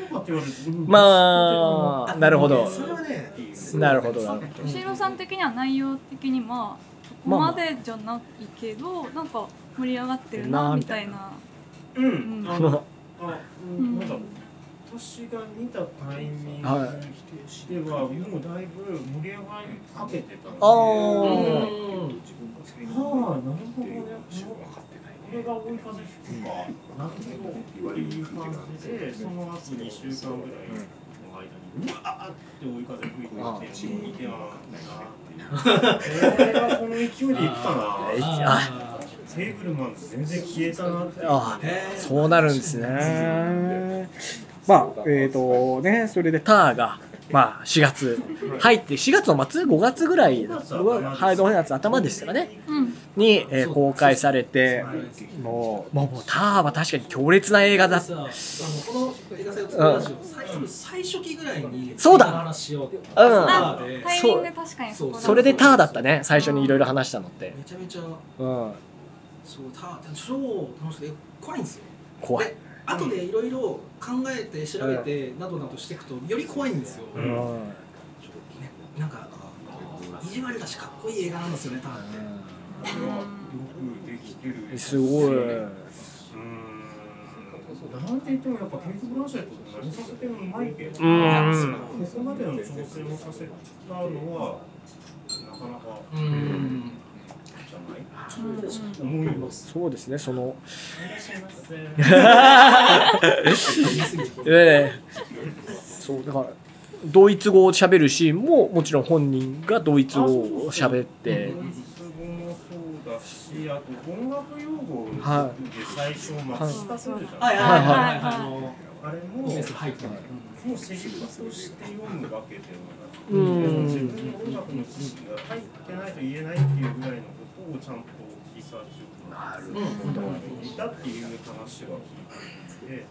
トかって言われてうんまあ、なるほど。それはねベストなるほど、なるほど。シーロさん的には内容的にまあそこまでじゃないけど、なんか盛り上がってるなみたいなっていうのはうんあのあううんんなんだろう私が見たタイミンはグではもうだいぶ盛り上がりかけてたのであーうんはあなるほどねこれが追い風吹くかなるほどっていう感じでその後2週間ぐらいの間にうわーって追い風吹いてあきて見てはなこれはこの勢いでいくかえなあテーブルマン全然消えたなってあへーそうなるんですね。まあ、えっ、とね、それでターが、まあ、4月入って、4月の末 ?5 月ぐらい、はい、5月頭でしたかね、うんに、えー公開されて、もう、もうもうターは確かに強烈な映画ださあのこの映画祭を作るラジオ最初最初期ぐらいにそうだ映画の話しようってうんあでタイミング確かにそこだそれでターだったね、最初にいろいろ話したのって。めちゃめちゃうん、そうた超楽しくて怖いんですよ怖い。で後でいろいろ考えて調べてなどなどしていくとより怖いんですよ、う。うんんうんなんか意地悪だしかっこいい映画なんですよねターってこれはよくできてるすごい。なんて言ってもやっぱケイト・ブランシェットって何させてもうまいけど、うんここまでの挑戦をさせたのはなかなかうん、じゃないうんうん思います。そうですね、その、いらっしゃいませ。ええそうだからドイツ語を喋るシーンももちろん本人がドイツ語を喋ってドイツ語もそうだだし、あと音楽用語では最初、松下そうじゃん、はいはいはいはいはいあのあれも、もイメーうジ入ってないセリフとして読むわけではなくて、うん自分の音楽の知識が入ってないと言えないっていうぐらいのことをちゃんとリサーチをなるほどいたっていう話は聞いていて、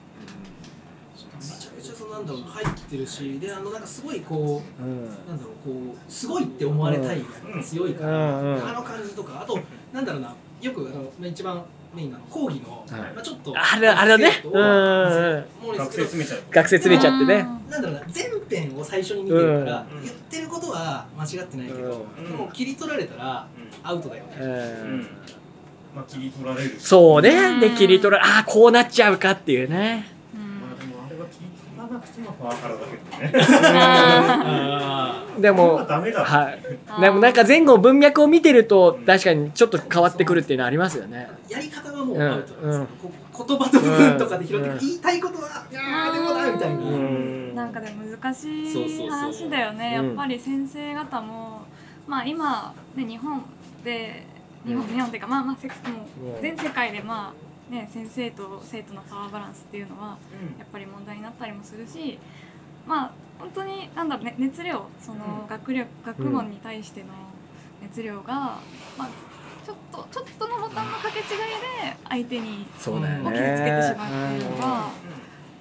めちゃくちゃそのなんだろう入ってるしであのなんかすごいこううんなんだろうこうすごいって思われたいが強いから、うんうんあの感じとかあとなんだろうなよくあのまあ一番メインなの講義の、はいまあ、ちょっとあれあれね生徒うをんうんもうね学生詰めちゃう。学生詰めちゃってねなんだろうな全編を最初に見てるから、うん言ってることは間違ってないけど、うんでも切り取られたらアウトだよね、うんうんまあ、切り取られるしそうねうんで切り取らああこうなっちゃうかっていうねまうあでもあれは切り取らなくてもパワハラだけどね。んでもうもダメだ。はいでもなんか前後文脈を見てると確かにちょっと変わってくるっていうのはありますよねやり方はもうアウトなんですよ、こ言葉と部分とかで拾って、言いたいことは「いやーでもな」みたいな、うんなんかでも難しそうそうそうい話だよねうんやっぱり先生方も、まあ今、ね、日本で日本,、うん日本っていうかまあまあせもうんう全世界でまあね先生と生徒のパワーバランスっていうのはうんやっぱり問題になったりもするしまあ本当になんだろう、ね、熱量その学力学問に対しての熱量が、まあ、ちょっとちょっとのボタンの掛け違いで相手にそうだよをね傷つけてしまうっていうのが。う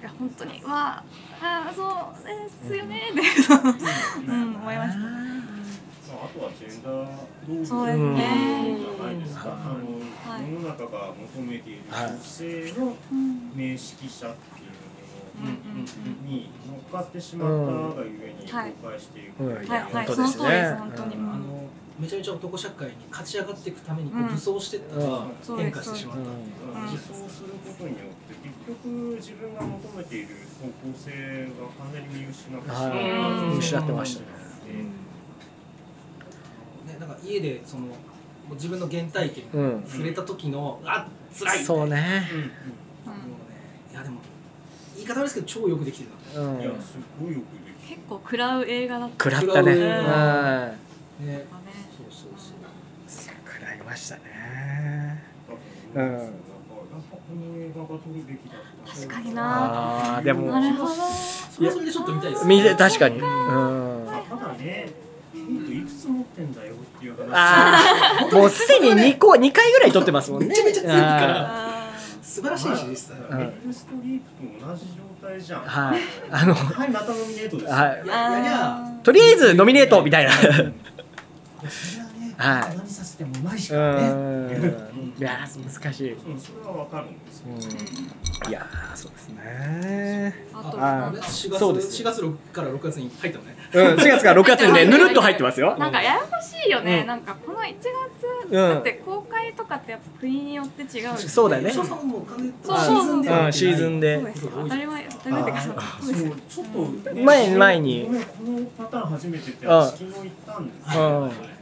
いや本当にわああそうですよねで、んうまん、思いました。ああとはジェンダー同士そうですね。じゃないですか。あの、はい世の中が求めているはい女性のうん名識者っていううんうんもうんのに乗っかってしまったがゆえにはい崩壊していく。うんはいは本い、当そでのす通りねです本当に。ううんあんのめちゃめちゃ男社会に勝ち上がっていくためにこううん武装してったうんら変化してしまったっていうまあ自走することによって結局自分が求めている方向性が完全に見失ってしまはうい失ってましたねね、なんか家でそのもう自分の原体験うにん触れた時の、あ辛いそうねうんもうねいやでも言い方悪いですけど超よくできてるううんんいやすごいよくできて結構食らう映画だった食らった食ねうんらなねね。そうそうそう食らいましたねたと思うんですよなんかやっぱこの映画が撮るべきだった確かになあーでもなるほど。それはそれでちょっと見たいです見ねて確かにうんまあただねヒントいくつ持ってんだよっていう話ああもうすでに2個二回ぐらい撮ってますもんねめちゃめちゃ強いからあ素晴らしいし実際まあメリルストリープと同じ状態じゃんはいあのはいまたノミネートですはいいーやいやいやあとりあえずノミネートみたいな。それはね、はい何させてもうまいしうかね。ん。いやー難しい。ううんそれはわかるんですよんいやーそうですね。ーあとあなあんねか4そう月です四月六から6月に入ったのねうん。4月から6月にねぬるっと入ってますよ。なんかややこしいよね、うんなんかこの1月うんだって公開とかってやっぱ国によって違うそうだよね翔さんはもう完全にそうそうそうでうんシーズンでそうですよ当たり前当たり前っていうかそうそうですちょっとね前に前にごめんこのパターン初めてってああ私昨日行ったんですけうんど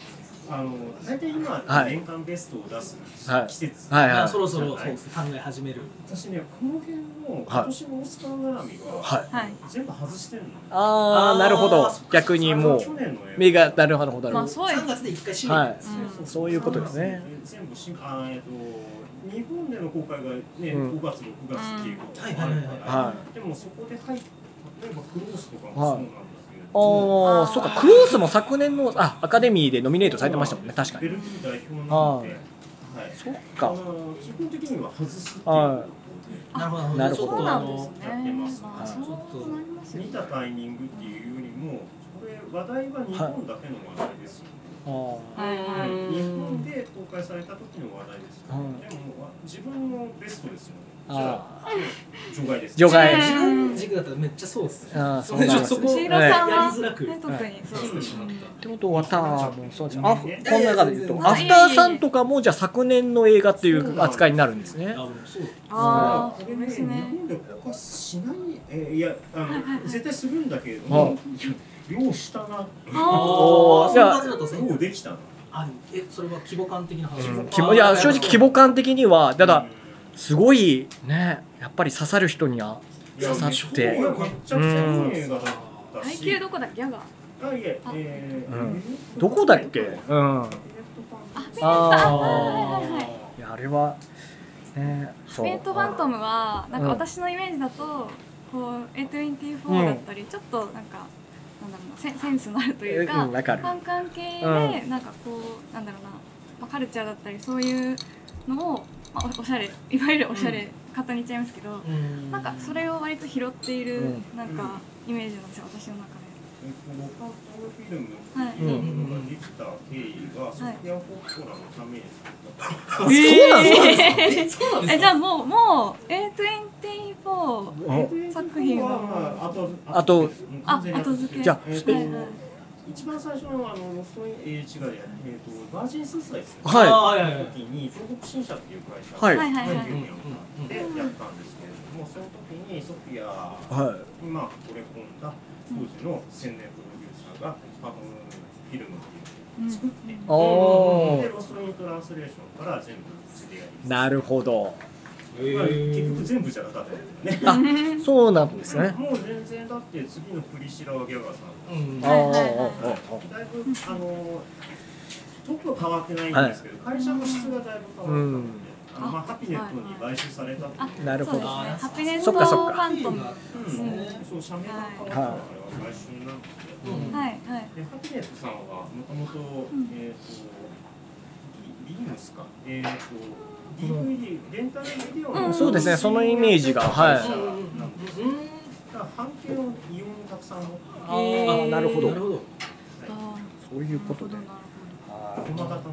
あの大体今はい年間ベストを出すはい季節はいまはあい。そろそろそうです考え始める私ねこの辺の今年のオスカー絡みは。はいはい全部外してるのあーなるほど。逆にもう去年の映画目がなるほどなるほど。まあそうです3月で1回締はめいて。うんそういうことですね。全部新あーえっと日本での公開がねうん5月6月っていうこともあるからはでもそこで入った例えばクロースとかもそうなんですけい。れどもおあお、ーそうか。クロースも昨年のあアカデミーでノミネートされてましたもんね。確かベに。ルギー代表なので、はい、そっあか。の基本的には外すっていうはなるほどなるほどそうなんですねやってますまあそうなりますよ見ねたタイミングっていうよりも、これ話題は日本だけの話題ですよ、あーはいはいうん日本で公開された時の話題ですよ、うんでも自分のベストですよね。じゃああ除外です。除外自分軸だったらめっちゃそうっすねあーそれそちうなょっとんですそねこシーラさんは、やりづらくね、特にそうしてしまったってことはターンもそうですねあこんな感じで言うとあアフターさんとかもじゃあ昨年の映画っていう扱いになるんですねあもうそうああこそれうね、です日ね本で公開しない、えーいや、あの、絶対するんだけれどはもい、いやようしたな、おーーじゃあそういう感じだったんでよすうねできたな。あでもえそれは規模感的な話うん規模いや正直規模感的にはただすごいねやっぱり刺さる人には刺さっていやめちゃくちゃいい映画だった配し。給どこだっけギャガーあいえ、えーうんどこだっけうんエレクトパンあフィあはいはいはいーいやあれはねそうベント・ファントムはなんうかん私のイメージだとこう A24 だったりちょっとなんかなんだろうなセンセンスのあるというえかうんわかるファン関係でうなんかこうなんだろうなまあカルチャーだったりそういうのをまあおおしゃれいわゆるおしゃれ方に言っちゃいますけどなんかそれを割と拾っているうなんかイメージなんですよ私の中で。ロカフィルムはいっていうのができた経緯がソフィア・ホッコラのために作ったそうなんですかえそうなんですえじゃあかもうもう A24 作品はまああとあとあ後付けじゃあえっえとはいはい一番最初のあのロストインえー違うやえっとバージンスーサイズのはいあーはいはいはい時に東北新社っていう会社はいがはいはいはい研究をやったんでやったんですけれどもその時にソフィアは今惚れ込んだ当時の宣伝プロデューサーがあのフィルムっていうのを作っていおでーロストイントランスレーションから全部うちでやりますなるほどまあ結局え全部じゃなかったんだよねあそうなんですねもう全然だって次のプリシラはギャガーさんうんあーはいあはいはいーあーだいぶあのトップは変わってないんですけど、会社の質がだいぶ変わったので、あのまあ、ハピネットに買収されたっていうあなるほどそうですねハピネッそトっフかそっかァントムはううんんそう社名が変わったのはあれは買収なんですけど、うんいはいでハピネットさんはもともと、んえっ、とビビームスかえっ、と DVD レンタルビデオうんのそうですねそのイメージがはい会社なんですよだから半径を異様にたくさん持ってああーーなるほどなるほどあそういうことでなる駒形の方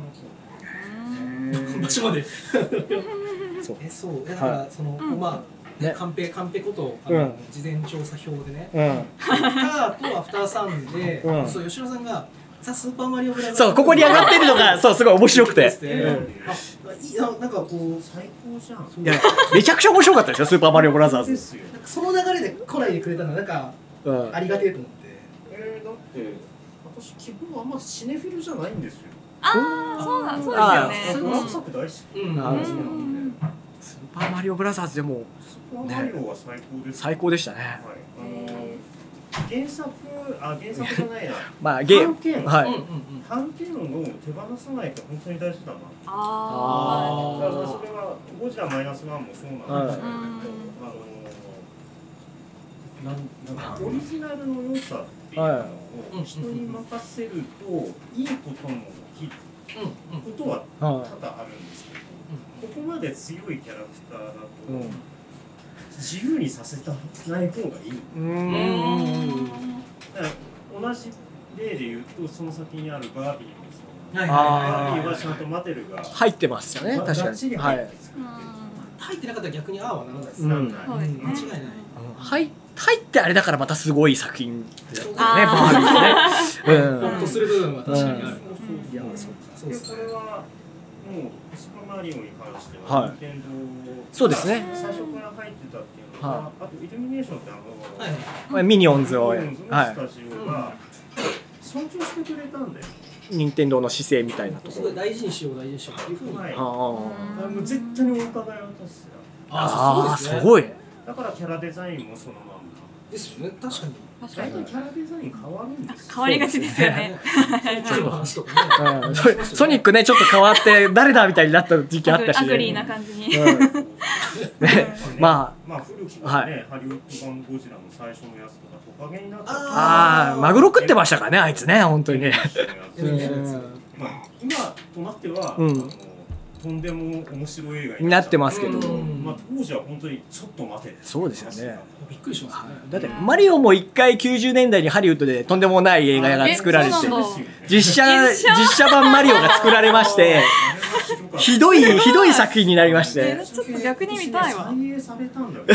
場所までそうえそうえだからその、うんまあ、ねカンペカンペことあの、うん事前調査表でねうんアフターとアフターサウンドで、うんそう吉野さんが「ザ・スーパーマリオブラザーズ」そうここに上がってるのがそうすごい面白くてうんあいいななんかこう最高じゃんいやめちゃくちゃ面白かったですよスーパーマリオブラザーでズすよなんかその流れで来ないでくれたのはなんかうんありがてえと思ってえー、だって私基本あんまシネフィルじゃないんですよ。あーそうなんそうあですよれねもあサクサク大好き。スうんあーそうなんで。スーパーマリオブラザーズでもスーパーマリオは最高です。最。高でしたねはい。あのー原作あ原作じゃないな。まあゲー半径ムはうんうんいうん探検論を手放さないって本当に大事だな。ああだからそれはゴジラマイナスワンもそうなんですけれど、はいあのーなんなんかオリジナルの良さっていうのを人に任せるといいことも起きるうんことはは多々あるんですけど、ここまで強いキャラクターだと、いうん自由にさせたない方がいい。うーんだから同じ例で言うと、その先にあるバービーもそうはいはいバはーいビーははいちゃんとマテルが、入ってますよねが確かがっちにりは入いって作ってる。入ってなかったら逆にああはならないですうね、んなそんうかです間ね違いないうん入入ってあれだからまたすごい作品だったよねバあーービーほねっとする部分は確かにある、そうそうそういやそうかそうでですこねれはもうスーパーマリオに関してはは、い任天堂そうですねが最初から入ってたっていうのが、はあとイルミネーションってあの、はいうんまあミニオンズをイルミネーションのスはタジオが、尊重してくれたんだよ。い任天堂の姿勢みたいなとすこごろい大事にしよう大事にしようっていうふうに、はいああもう絶対にお伺いを出すよああーそうすいごいだからキャラデザインもそのまんまですよね確かに確か大に体キャラデザイン変わるんですよ変わりがちですよねちょっと話とかねうんソソニックねちょっと変わって誰だみたいになった時期あったしアグリーねな感じにうんねままあ古くはね、はハリウッド版ゴジラの最初のやつとかトカゲになったああマグロ食ってましたからねあいつね本当にね最初のやつうんまあ、今となっては、うんあのとんでも面白い映画になってますけどうんまあ、当時は本当にちょっと待てそうですよねびっくりしますねだってマリオも一回90年代にハリウッドでとんでもない映画が作られてえそうなんだ実写実写実写版マリオが作られましてひどいひどい作品になりましえてーちょっと逆に見たいわ再映されたんだよだ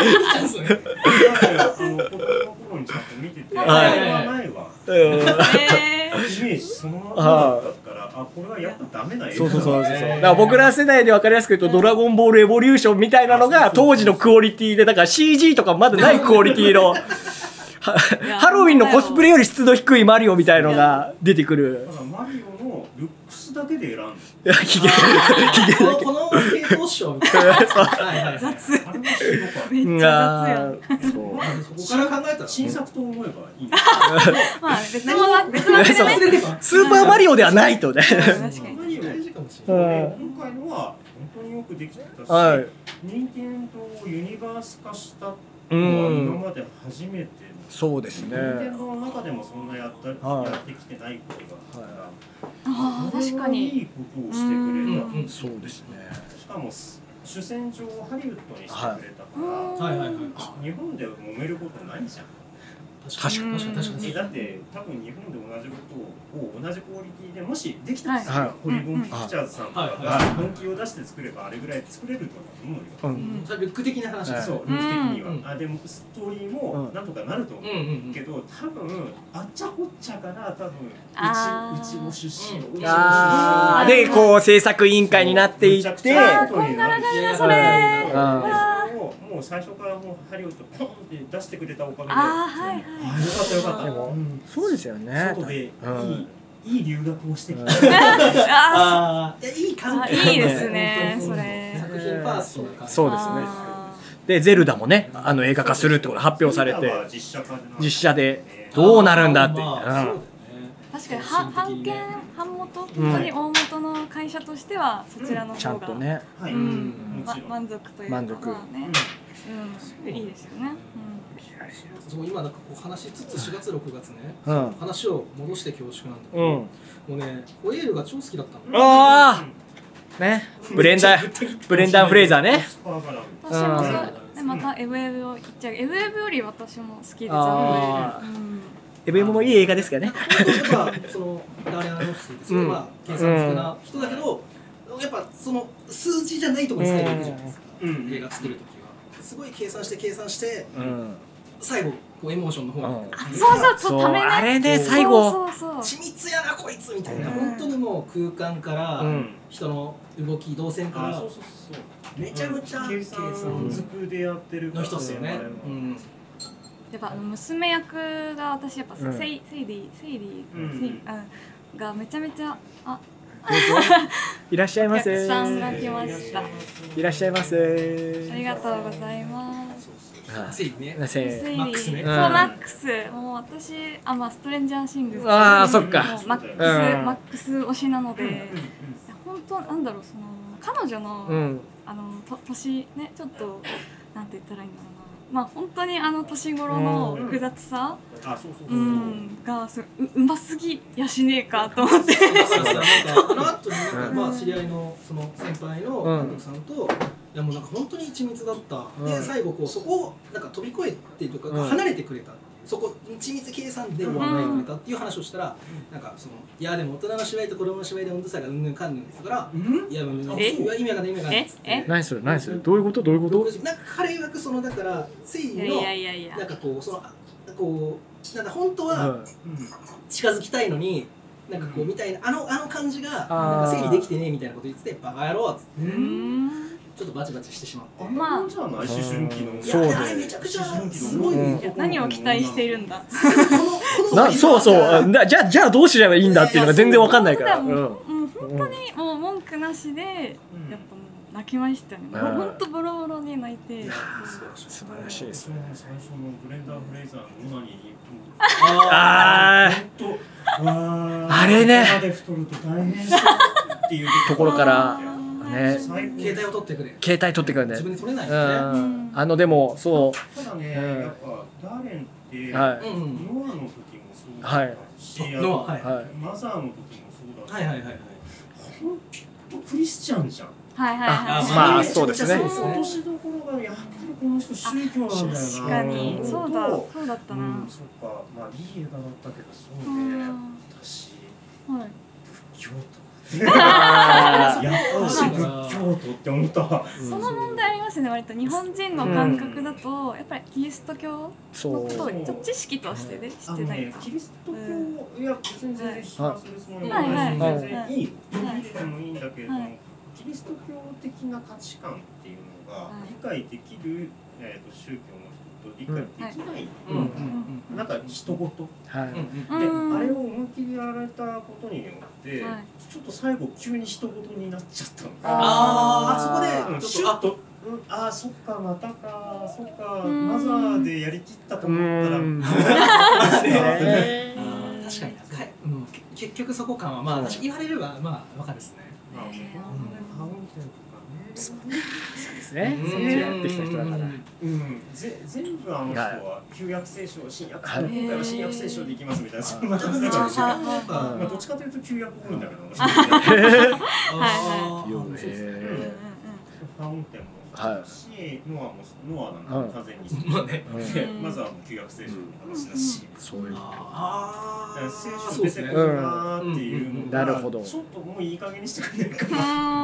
からあの子供の頃にちゃんと見てて、はいあれはないわうんえイメージそのままだったからあこれはやっぱダメな映画そうそうそうそうそうえーだから僕ら世代で分かりやすく言うと「ドラゴンボールエボリューション」みたいなのが当時のクオリティでだから CG とかまだないクオリティのはハロウィンのコスプレより湿度低いマリオみたいのが出てくるだ。からマリオのルックスだけで選んでいやひげこのこの蛍光賞みたいな。はいはいはい。雑あれはすごかっめっちゃ雑やがん。そうそこから考えたたら新作と思えばいいねまあ別物別物でそう ね忘れてた。 スーパーマリオではないとね。確かにマリオ大事かもしれうない。でん今回のは本当によくできてたし、はい。任天堂をユニバース化したのはうん今まで初めてそうですの、任天堂の中でもそんなやった、はいやってきてないことがあったから、ああ確かいにいことをしてくれた、うんうんそうですね。しかも主戦場をハリウッドにしてくれたから、はいはいはい。日本で揉めることないじゃん確かに確かに確かえに。だって多分日本で同じことを同じクオリティでもしできたとしたはいらポリゴンピクチャーズさんとかがはい本気を出して作ればあれぐらい作れると思うよ、う。うんん、それルック的な話です。そうはルール的には、うんあでもストーリーもうんなんとかなると思うんう、うんけど多分あっちゃこっちゃから多分あーうちうちも出身うんうちも出身あーでこう制作委員会になっていっそうて、ああこんがらがるなそれであそれをもう最初からもうハリウッドポンって出してくれたおかげであーはいはいあーよかったよかったでもうんそうですよね。外でいい、うんいい留学をしてきた、あああ、いやいい関あ係。いいですねそ本れ当に作品ファーストな感じ。そうですねあでゼルダもねあの映画化するってことが発表されゼルダはて実写化で実写でどうなるんだって。まあそうだよねー確かには版権版元本当に大元の会社としてはそちらのうんちゃ方んとがね。はい、うんもまちろん、満足というか満足まあねうんうんいいですよねそう今なんかこう話しつつ4月6月ね、うん。話を戻して恐縮なんだけうど、ん。もうねホエールが超好きだったの。あね。ブレンダーブレンダーフレイザーね。スパーガラムうん私もそううんねまたエブエブを言っちゃうエブエブより私も好きですああのうんエブエムもいい映画ですけどね。やっぱそのダリアン・ロフスですね、うんまあ計算少な人だけど、やっぱその数字じゃないところに使えるわけじゃないですか、うん映画作るときはすごい計算して計算してうん。最後こうエモーションの方に、うんあそうそうそそううためねあれね最後。そうそうそう緻密やなこいつみたいな、うん本当にもう空間から、うん人の動き動線かあーらそうそうそうめちゃめちゃ計算ずくでやってるからの人っすよね、ううんんやっぱあの娘役が私やっぱうんセイセイディセイディうんセイあがめちゃめちゃあいらっしゃいおま客せ。さんが来ましたあいらっしゃいまりせ。がとうございますそうはそいうせいねせセーイデマックスねィそううんマックスもう私あまあストレンジャーシングスあーそっかもうマックスうんマックス推しなのでうんいや本当なんだろうその彼女のうん。あのと年ねちょっとなんて言ったらいいんだろうなまあ本当にあの年頃の複雑さあそうそうそううそうんがすううますぎやしねえかと思ってだからさなんかあの後になんか、うんまあ、知り合いのその先輩のうん監督さんと、いやもうなんか本当に緻密だった、うでん最後こうそこをなんか飛び越えてとか、うん離れてくれたそこ緻密計算で終わらないでくれたっていう話をしたら、なんかそのいやでも大人の芝居と子供の芝居で温度差がうんぬんかんぬんって言ったから、うんいやもうなんかえいや意味わかんない意味わかんないっつってえ何それ何それどういうことどういうことなんか彼曰くそのだからついいのやいやいやいやなんかこうそのこうなんか本当は、うん近づきたいのになんかこうみたいなあのあの感じがなんあかー整理できてねえみたいなこと言っててバカ野郎っつってううーんんちょっとバチバチしてしまって、あんなもんじゃない思春期のそうですいやあれめちゃくちゃすごい、うんいや何を期待しているんだこのこのなそうそうなじゃあじゃあどうすればいいんだっていうのが全然わかんないから。そううだよんもうもう本当にもう文句なしでやっぱもう泣きましたねもう本当ボロボロに泣いて素晴らしいです。私も最初のブレンダー・フレイザーのオナニーにああ本当わーあれねここまで太ると大変そうっていうところからね最高携帯を取ってくれ携帯取ってくるんだ自よ分。で取れないうんよね、んあのでもそただね、うんやっぱダーレンって、うはういんうんノアの時もそうだったし、あとノアはいはマザーの時もそうだったはいはいはいはい本当クリスチャンじゃんはいはいあはいまあそうですねめちゃくちゃそうですね落としどころがやっぱりこの人宗教なんだよな確かにうんそうだそうだったな、うん、そっかまあいい映画だったけどそうねうん私はい仏教あ徒やっぱし仏教徒って思ったわその問題ありますね割と日本人の感覚だとやっぱりキリスト教のことをちょっと知識としてね知あっのてないねと、キリスト教、いや別に全然批判するつもりもはないいしはい全然いいよはい見てもいいんだけれども、はいキリスト教的な価値観っていうのがはい理解できる、えー、と宗教の人と理解できない、うんうんなんか人ごとはうんうい。んで、うんあれを思いっきりやられたことによって、はいちょっと最後急に人ごとになっちゃったのあーああそこうんでちちょょっっとと、うん、あーそっかまたかそっかうんマザーでやりきったとう思ったらん。あー確かにかい、うん、け結局そこ感はまあ確かに言われればまあわかるですねまあもうハウンテンとかねですね。そっちやってきた人だから。うん、ぜ全部あの人は旧約聖書新約聖書今回は新約聖書でいきますみたいなそんな感じになっちゃうんですよあーうんまあどっちかというと旧約多いんだけどあーよね。ファウンテンもそうだし、ノアもノアなんかも完全にまあねでまずはもう旧約聖書の話だし、そういう。あー聖そ書うで出すてねこるなーっていうのうがんなるほどちょっともういい加減にしてくれないかな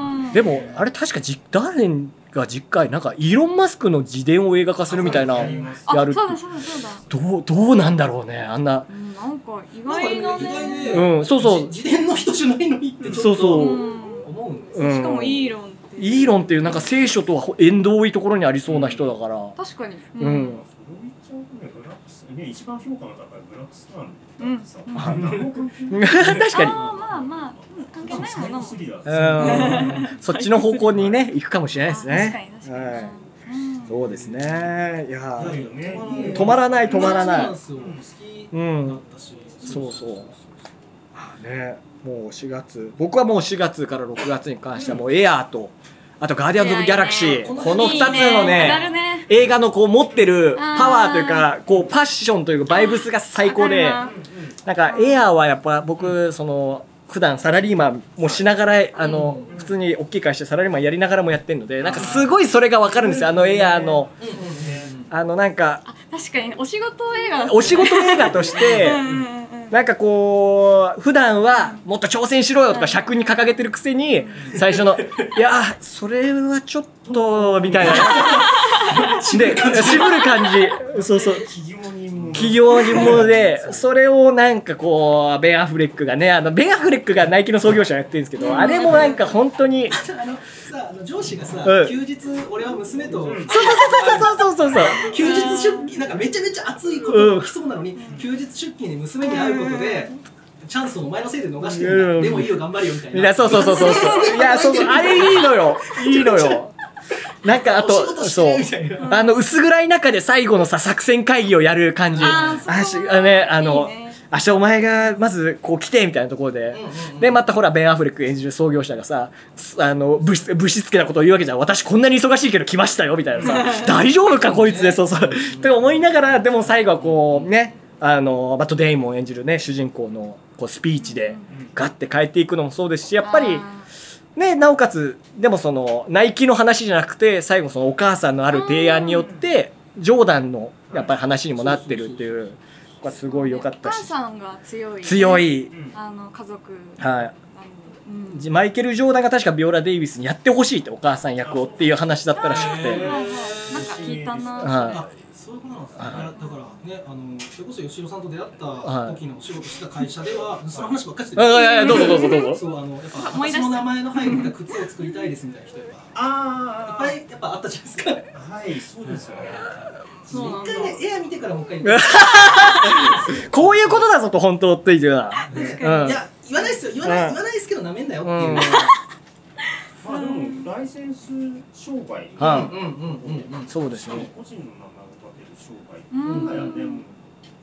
うんでも、あれ確かじ、誰が実家になんかイーロン・マスクの自伝を映画化するみたいな、ありますあやるってそうだそうだそうだ、どう、どうなんだろうね、あんな。うん、なんか意なんかね意外だ外ねでうん、そうそう。じ自伝の人じゃないのにってちょっとそうそううん思うんですうんしかもイーロンっていうイーロンっていうなんか聖書とは縁遠いところにありそうな人だから。確かにうそれを言っん。ちゃうとね、ブラックスね一番評価の高いブラックスターンだってさ、うん何も関係ない。 確 あかあまあまあ、うん、関係ないものもスリラーですよねに。うん。そっちの方向にね、行くかもしれないですあ確ね。かに確かには、うんい。そうですね。いやだーけどね止まらない止まらそうないん。ですよ好うきだんっ。たしそうそう。ね、もう4月僕はもう4月から6月に関してはもうエアーとあとガーディアンズ・オブ・ギャラクシいやいーいねこの2つの上がるねね映画のこう持ってるあーパワーというかこうパッションというかバイブスが最高で上がるなんかエアーはやっぱ僕その普段サラリーマンもしながらあの普通に大きい会社サラリーマンやりながらもやってるのでなんかすごいそれが分かるんですよあのエアーのうんうんうんあのなんかな確かにお仕事映画お仕事映画としてうんうんうんなんかこう普段はもっと挑戦しろよとか尺に掲げてるくせに最初の「いやーそれはちょっと」みた いなで渋る感じそうそう企業人も企業にものでそれをなんかこうベン・アフレックがねあのベン・アフレックがナイキの創業者やってるんですけどあれもなんか本当にそうあのさあの上司がさ、うん休日俺は娘と、そうそうそうそうそう休日出勤なんかめちゃめちゃ暑いことが起きそうなのに、休日出勤で娘に会うことで、チャンスをお前のせいで逃してるんだ、うんでもいいよ頑張れよみたいなみんなそうそうそう そうそういやそうそうあれいいのよいいのよなんかあお仕と事そしうてみたいなあの薄暗い中で最後のさ作戦会議をやる感じあーあそしうあねあのいいね明日お前がまずこう来てみたいなところで、うんうんでまたほらベン・アフレック演じる創業者がさすあのぶしぶしつけなことを言うわけじゃん私こんなに忙しいけど来ましたよみたいなさ大丈夫かこいつでそうそう って思いながらでも最後はこうねあのバット・デイモン演じるね主人公のこうスピーチでガッて変えていくのもそうですしやっぱり。ね、なおかつでもそのナイキの話じゃなくて最後そのお母さんのある提案によってジョーダンのやっぱり話にもなってるっていうこれすごい良かったお母しさんが強い強い、うんあの家族なのはでうんい、じマイケル・ジョーダンが確かビオラ・デイビスにやってほしいってお母さん役をっていう話だったらしくへーてはいはいなんか聞いたなはいあそういうことなんですね、はいいやだからねあのそれこそ吉野さんと出会った時のお仕事してた会社では、その話ばっかりしてあいやいやどうぞどうぞどうぞそうあのやっぱ思い出私しのた名前の入った靴を作りたいですみたいな人がいっあぱーいやっぱあったじゃないですかはいそうですよねそうなん一だ回ねエア見てからもう一回こういうことだぞと本当っていうような、うんいや言わないですよ言わないうん言わないですけどなめんなよってういんう、まあでもライセンス商売はうんうんうんうんそうですしかもね個人の名前を立てる商売うん今やねもう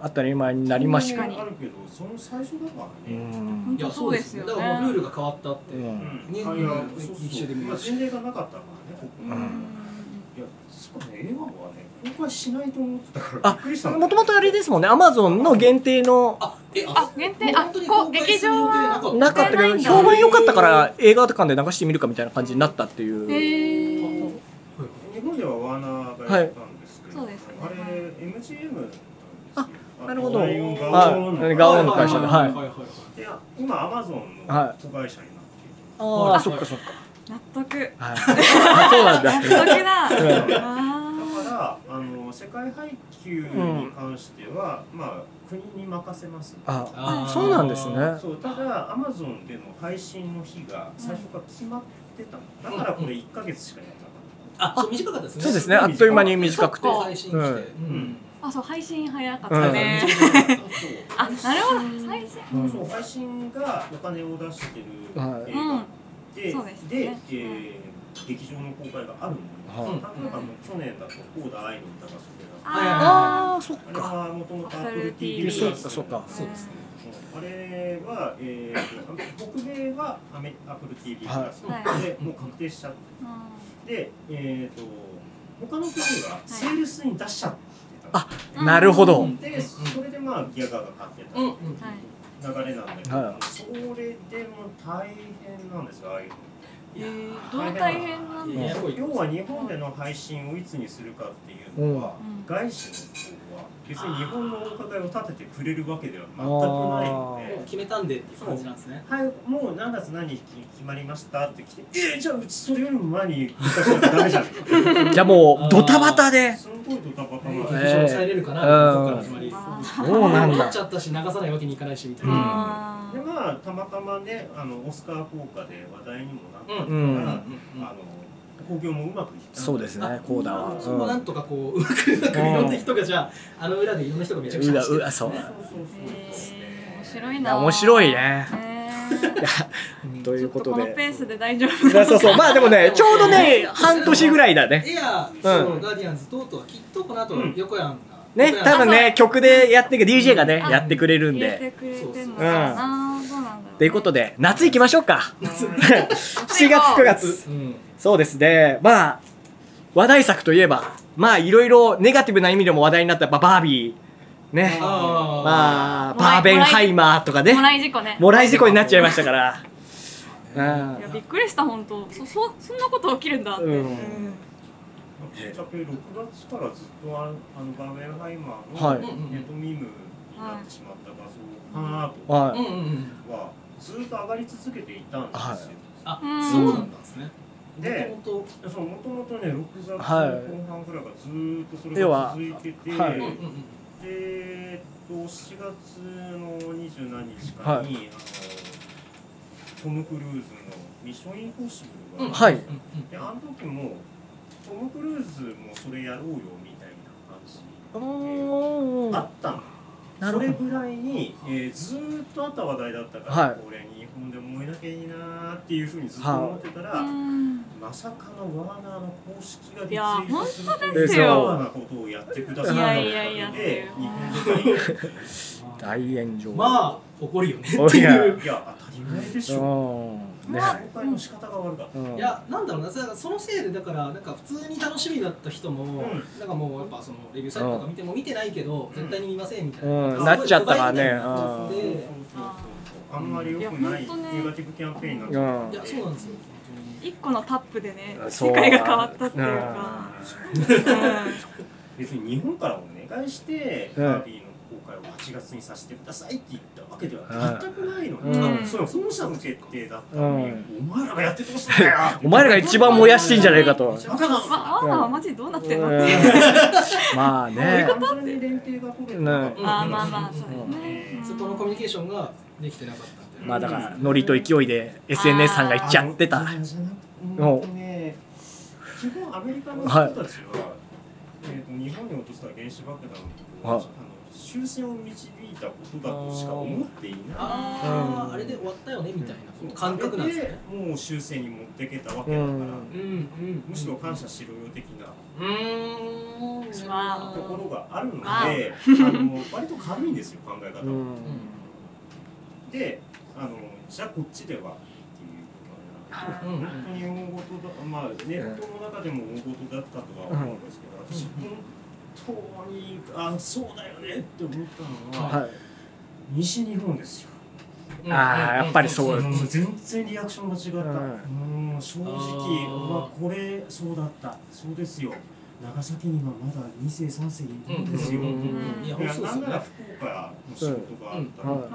当たり前になりまし確たかうにあるけどその最初だからねんいやそうですよ、そうだかですよねらもうルールが変わったって、うんうんねあいやそう一緒そうでもいいまあし前例がなかったからねここうんいやしかも映画はね公開しないと思ってたからあびっくりしたのもともとあれですもんねアマゾンの限定のあえあ限定あ本当にこう公開する予定なかったなかったけないどんだ評判良かったから映画館で流してみるかみたいな感じになったっていう、へー日本ではワーナーがやったんですけど、はいそうですねあれ MGM なんですよあなるほどライオンあガオーガオーンの会会社社でではいはいははいはい今アマゾンのは子会社になっているああそっかそっか、納得はい、あそうなん納 だ得だだあからあの世界配給に関しては、まあ国に任せます、ああーそうなんですねそうただアマゾンでの配信の日が最初から決まってたのだからこれ1ヶ月しかやらなかあ、っそう短かったですね。そうですねあっという間に短くてそっか配信して。うんあそう配信早かったね、あなるほど配信うんそう配信がお金を出してる映はい画で、そうですねでえー劇場の公開があるのはいよ、例えばもう去年だと「オーダーアイドル」だからそれがああそっあれかはもともと Apple Apple TV そうかそうかそうですね。あれは、えーと、北米はアメ Apple TV プラスで、はもう確定しちゃっあて、えー、と他の国がセールスに出しちゃってた、あなるほどでそれでまあギャガーが買ってたうんうん。はい流れなんだけど、はそれでも大変なんですよああいうのえー、どう大変なんだいややばい要は日本での配信をいつにするかっていうのは、うん外資の方は別に日本のお伺いを立ててくれるわけでは全くないのもうで。決めたんでっていう感じなんですね。はい、もう何月何日に決まりましたって来て、えー、じゃあうちそれよりも前に行かせたらダメじゃん。じゃあもうドタバタですごいドタバタ劇な場ね抑えれるかなとから始まり。あーそうなんなだっちゃったし流さないわけにいかないしみたいな。あでまあたまたまねあのオスカー効果で話題にもなったから、うんうんうんあの興行もうまくいったそうですねコーダはそこはうなんんとかこううまくうまくいろんな人がじゃああの裏でいろんな人がめちゃくちゃうわ走ってうるわそうそうそうーそう。えー、面白いいなや面白いねえーといちょうっこととこのでペースで大丈夫いやそうそうまあでもねちょうどね半年ぐらいだねエアー、そうガーディアンズ等々はきっとこの後横山がね横山多分あそね曲でやってく DJ がねあやってくれるん入れてでくれてんのそうそうかな、あーそうなんだということで夏行きましょうか 7月9月うんそうですね。まあ、話題作といえば、まあ、いろいろネガティブな意味でも話題になった、まあバービー、ね。あまあ、もらバいーベンハイマーとかねも。らい事故ねもらい事故になっちゃいましたから。うんいやびっくりした本当そそそんなこと起きるんだって、うんぶっちゃけ6月からずっとああのバーベンハイマーはのいネットミームになってしまった画像ファンアートあうはんうんうんはずっと上がり続けていたんですよ。あうんそうなんですねでもともとそのもともとね6月の後半ぐらいからずっとそれ要がは続いてて、はいうんうんでえっと7月の27日かに、あのトム・クルーズの「ミッション・インポッシブうルんが」はいうんうんであの時もトム・クルーズもそれやろうよみたいな感じい。ああったのなるそほれど。ぐらいに、えーずーっとあった話題だったから、はいこれ日本でも追えなきゃいいなーっていうふうにずっと思ってたら、うんまさかのワーナーの公式がリいツイやートすると本当ですよようなことをやってくださったいのやいやいやで日本で大炎上。まあ怒るよねおっいてやいういや当たり前でしうょ。ん。ね。紹介の仕方が悪かっうんいやなんだろうなだからそのせいでだからなんか普通に楽しみだった人も、んなんかもうやっぱそのレビューサイトとか見ても見てないけど、ん絶対に見ませんみたいな、うんなっちゃったからねた。でそうそうそうそうあんまり良くないいや本ネ当ねガティブキャンペーンになっちうゃっんい。やそうなんですよ一個のタップでねそう世界が変わったっていうか、た。う別に日本からお願いして、うんバービーの公開を8月にさせてくださいって言ったわけでは全くないのに、うんあそれは本社の決定だったのに、うお前らがやってどうすんだよ お前らが一番燃やしてんじゃないかと。バカだん、ぞわわーなはマジでどうなってんのってうんいう、まあ ね。完全に連携が取れてなかったうんあーまあまあそうですね、ううんん、そこのコミュニケーションができてなかったみたいな、まあだから、ノリと勢いで SNS さんが行っちゃってたあ。のじゃなくうんとね基本アメリカの人たちは、えー、と日本に落とした原子爆弾を、はいあの終戦を導いたことだとしか思っていない。ああ、うんあれで終わったよねみたいな感覚なんですねもう終戦に持ってけたわけだから、うんうんうんむしろ感謝しろよ的なうーんうところわがあるので、わああの割と軽いんですよ考え方は、うんであのじゃあこっちではっていうことはうんうん本当に大事だまあネットの中でも大事だったとは思うんですけど、私本当にあそうだよねって思ったのは、は西日本ですようんあーやっぱりそううんもう全然リアクションが違った、うん正直あーうわこれそうだったそうですよ長崎にはまだ2世3世いるんですよ、うんいいややそうでなすんよならね福岡の仕事があったうんの、うんはい福岡の放送局ですよ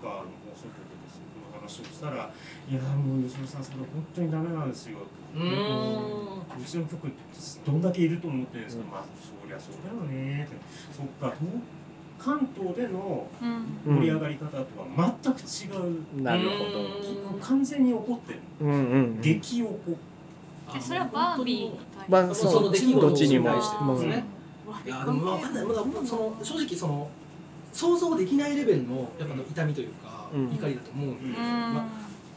この話をしたら「いやもう吉野さんそれ本当にダメなんですよ」うーんうちの局どんだけいると思ってるんですか、まあそりゃそうだよねってそっか東関東でのうん盛り上がり方とは全く違う、い。なるほうんど。完全に怒ってるうんうんうん。激怒、あえそれはバービーに対してまあそそうの出来事どっちにもに対してうですねん、うわいやでも分かんない、まだその正直その想像できないレベルのやっぱの痛みというか、うん怒りだと思うんで、うんま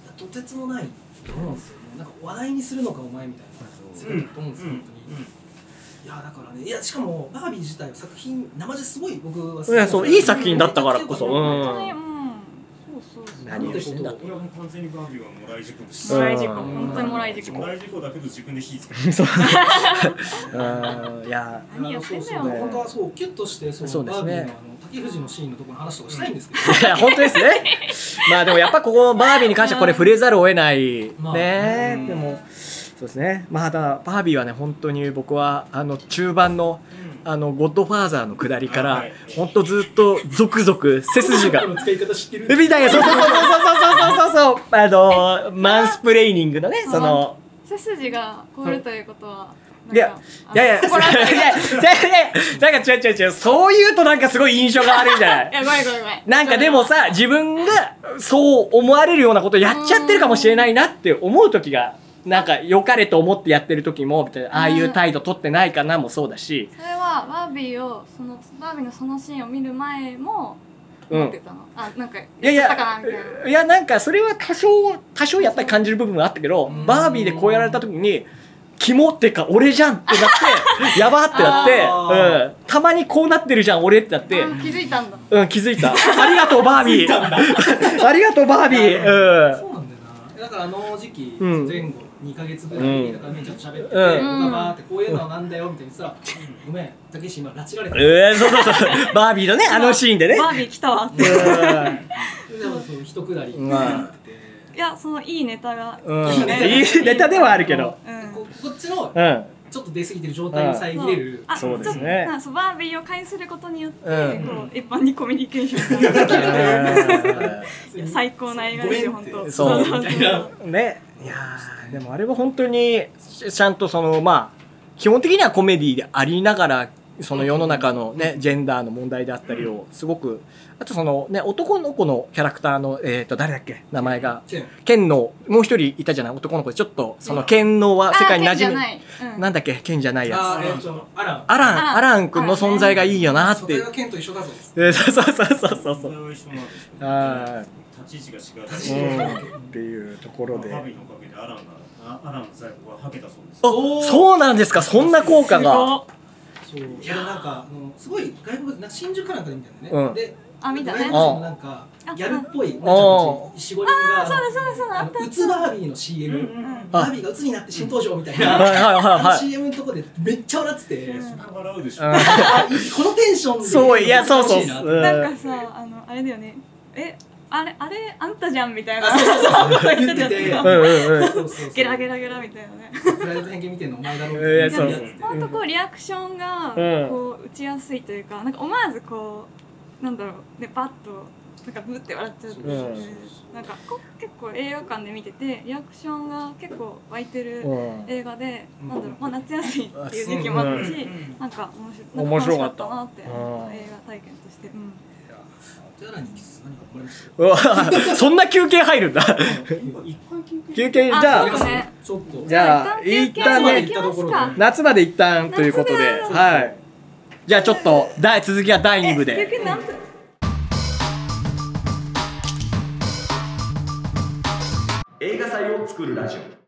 あ、とてつもないと思うんですよね、なんか話題にするのかお前みたいな世界だと思うんですよ、本当に。いやだからねいやしかもバービー自体は作品生ですごい僕は好きいやそういい作品だったからこそうんうん本当にうんそうそうそう何をしてんだとこれはもう完全にバービーはもらい事故です。もうんらい事故本当にもらい事故もらい事故だけど自分で火つけて。そううんいや 何やってんだそうよそうね本当はそうキュッとしてそそうのでバすービねーのあの竹藤のシーンのところの話とかしたいんですけど、いや本当です ねまあでもやっぱここバービーに関してはこれ触れざるを得ないまあねうんでもそうですねまあただバービーはね本当に僕はあの中盤のあのゴッドファーザーの下りかはらい本当ずっとゾクゾク背筋がの使い方知っ てるみたいなそうそうそうそうそうそうそうそうあのマンスプレーニングのねその背筋が凍るということはなんかいやあのいやいや、い怒られやてるいやいや、なんか違う違う違う、そう言うとなんかすごい印象が悪いじゃないいやごめんごめんごめんなんかでもさ、自分がそう思われるようなことやっちゃってるかもしれないなって思う時が、なんか良かれと思ってやってる時も、みたいなああいう態度取ってないかなもそうだし、それはバービーをそのバービーのそのシーンを見る前もう思ってん。たの、あなんかいやいやったかなやみたいな、いやなんかそれは多少、多少やっぱり感じる部分はあったけどうん、バービーでこうやられた時に、キモってか俺じゃんってなって、 やばってなって、うん。たまにこうなってるじゃん俺ってなって、あ気づいたんだうん、気づいた。ありがとう、バービー。 ありがとう、バービー。そうなんだよなだからあの時期うん前後2ヶ月ぐらいにだからめちゃくちゃ喋っててうん僕がバーってこういうのなんだよみたいにさ「ごめんたけし今拉致られた」うん。えー、そうそうそう。バービーのね、あのシーンでね。バービー来たわってうでもそう一くだりってうんなってていやそのいいネタが、ん。うん。いいネタではあるけど。うんここっちのうん。ちょっと出過ぎてる状態を遮れるあそうですねちょっとそうバービーを介することによって、うんこう一般にコミュニケーションができるといういや最高な映画ですよご本めんって当そう そうみたいなね。いやーでもあれは本当に、ちちゃんとその、まあ、基本的にはコメディでありながら、その世の中のね、ジェンダーの問題であったりを、すごく、あとそのね、男の子のキャラクターの、えっ、と、誰だっけ名前が。剣剣のもう一人いたじゃない男の子でちょっとその剣のは世界に馴染み、みなんだっけ剣じゃないやあーえっとあらつアラあンアラン君の存在がいいよなっそてれが剣と一緒だぞえーそうそうそうそうそうそそうれは一緒なんですけどは立ち位置が違う。いうん っていうところでバービーのおかげでアランがあアランの財布ははけたそうです。あおーそうなんですかそんな効果がそういやなんかあのすごい外国な新宿かなんかで見たんだうよねんであ見た外ね国人のなんかあギャルっぽいなんかあ45人がそうだそうだそうだああっのたうつバービーの CM、うんバービーがうつになって新登場みたいはいはいな、はいあのはい CM のとこでめっちゃ笑ってて、そこは笑うでしょ。うんあこのテンションで、そういやそうそう楽しいなってうんなんかさあのあれだよねえあれあれあんたじゃんみたいなあそう そうそう言って言たってよてうんうんうそんうそうそうゲラゲラゲラみたいなねプライドと偏見見てんのお前だろみたいないややつそうってほんとこうリアクションがうんこう打ちやすいというかなんか思わずこうなんだろうでバッとなんかブって笑っちゃうというかうんなんかこう結構映画館で見ててリアクションが結構湧いてるうん映画でうんなんだろうまあ夏休みっていう時期もあったしなんか面白なん面楽白かしかっったたなって思ったうん映画体験としてうんじゃあ何にキス何か困りましたうわそんな休憩入るんだ今一回緊急休憩じゃあそうだあねちょっとじゃあ一一旦旦ね休憩行きますか夏まで一旦ということで夏はいじゃあちょっと第続きは第2部で休憩何分映画祭を作るラジオ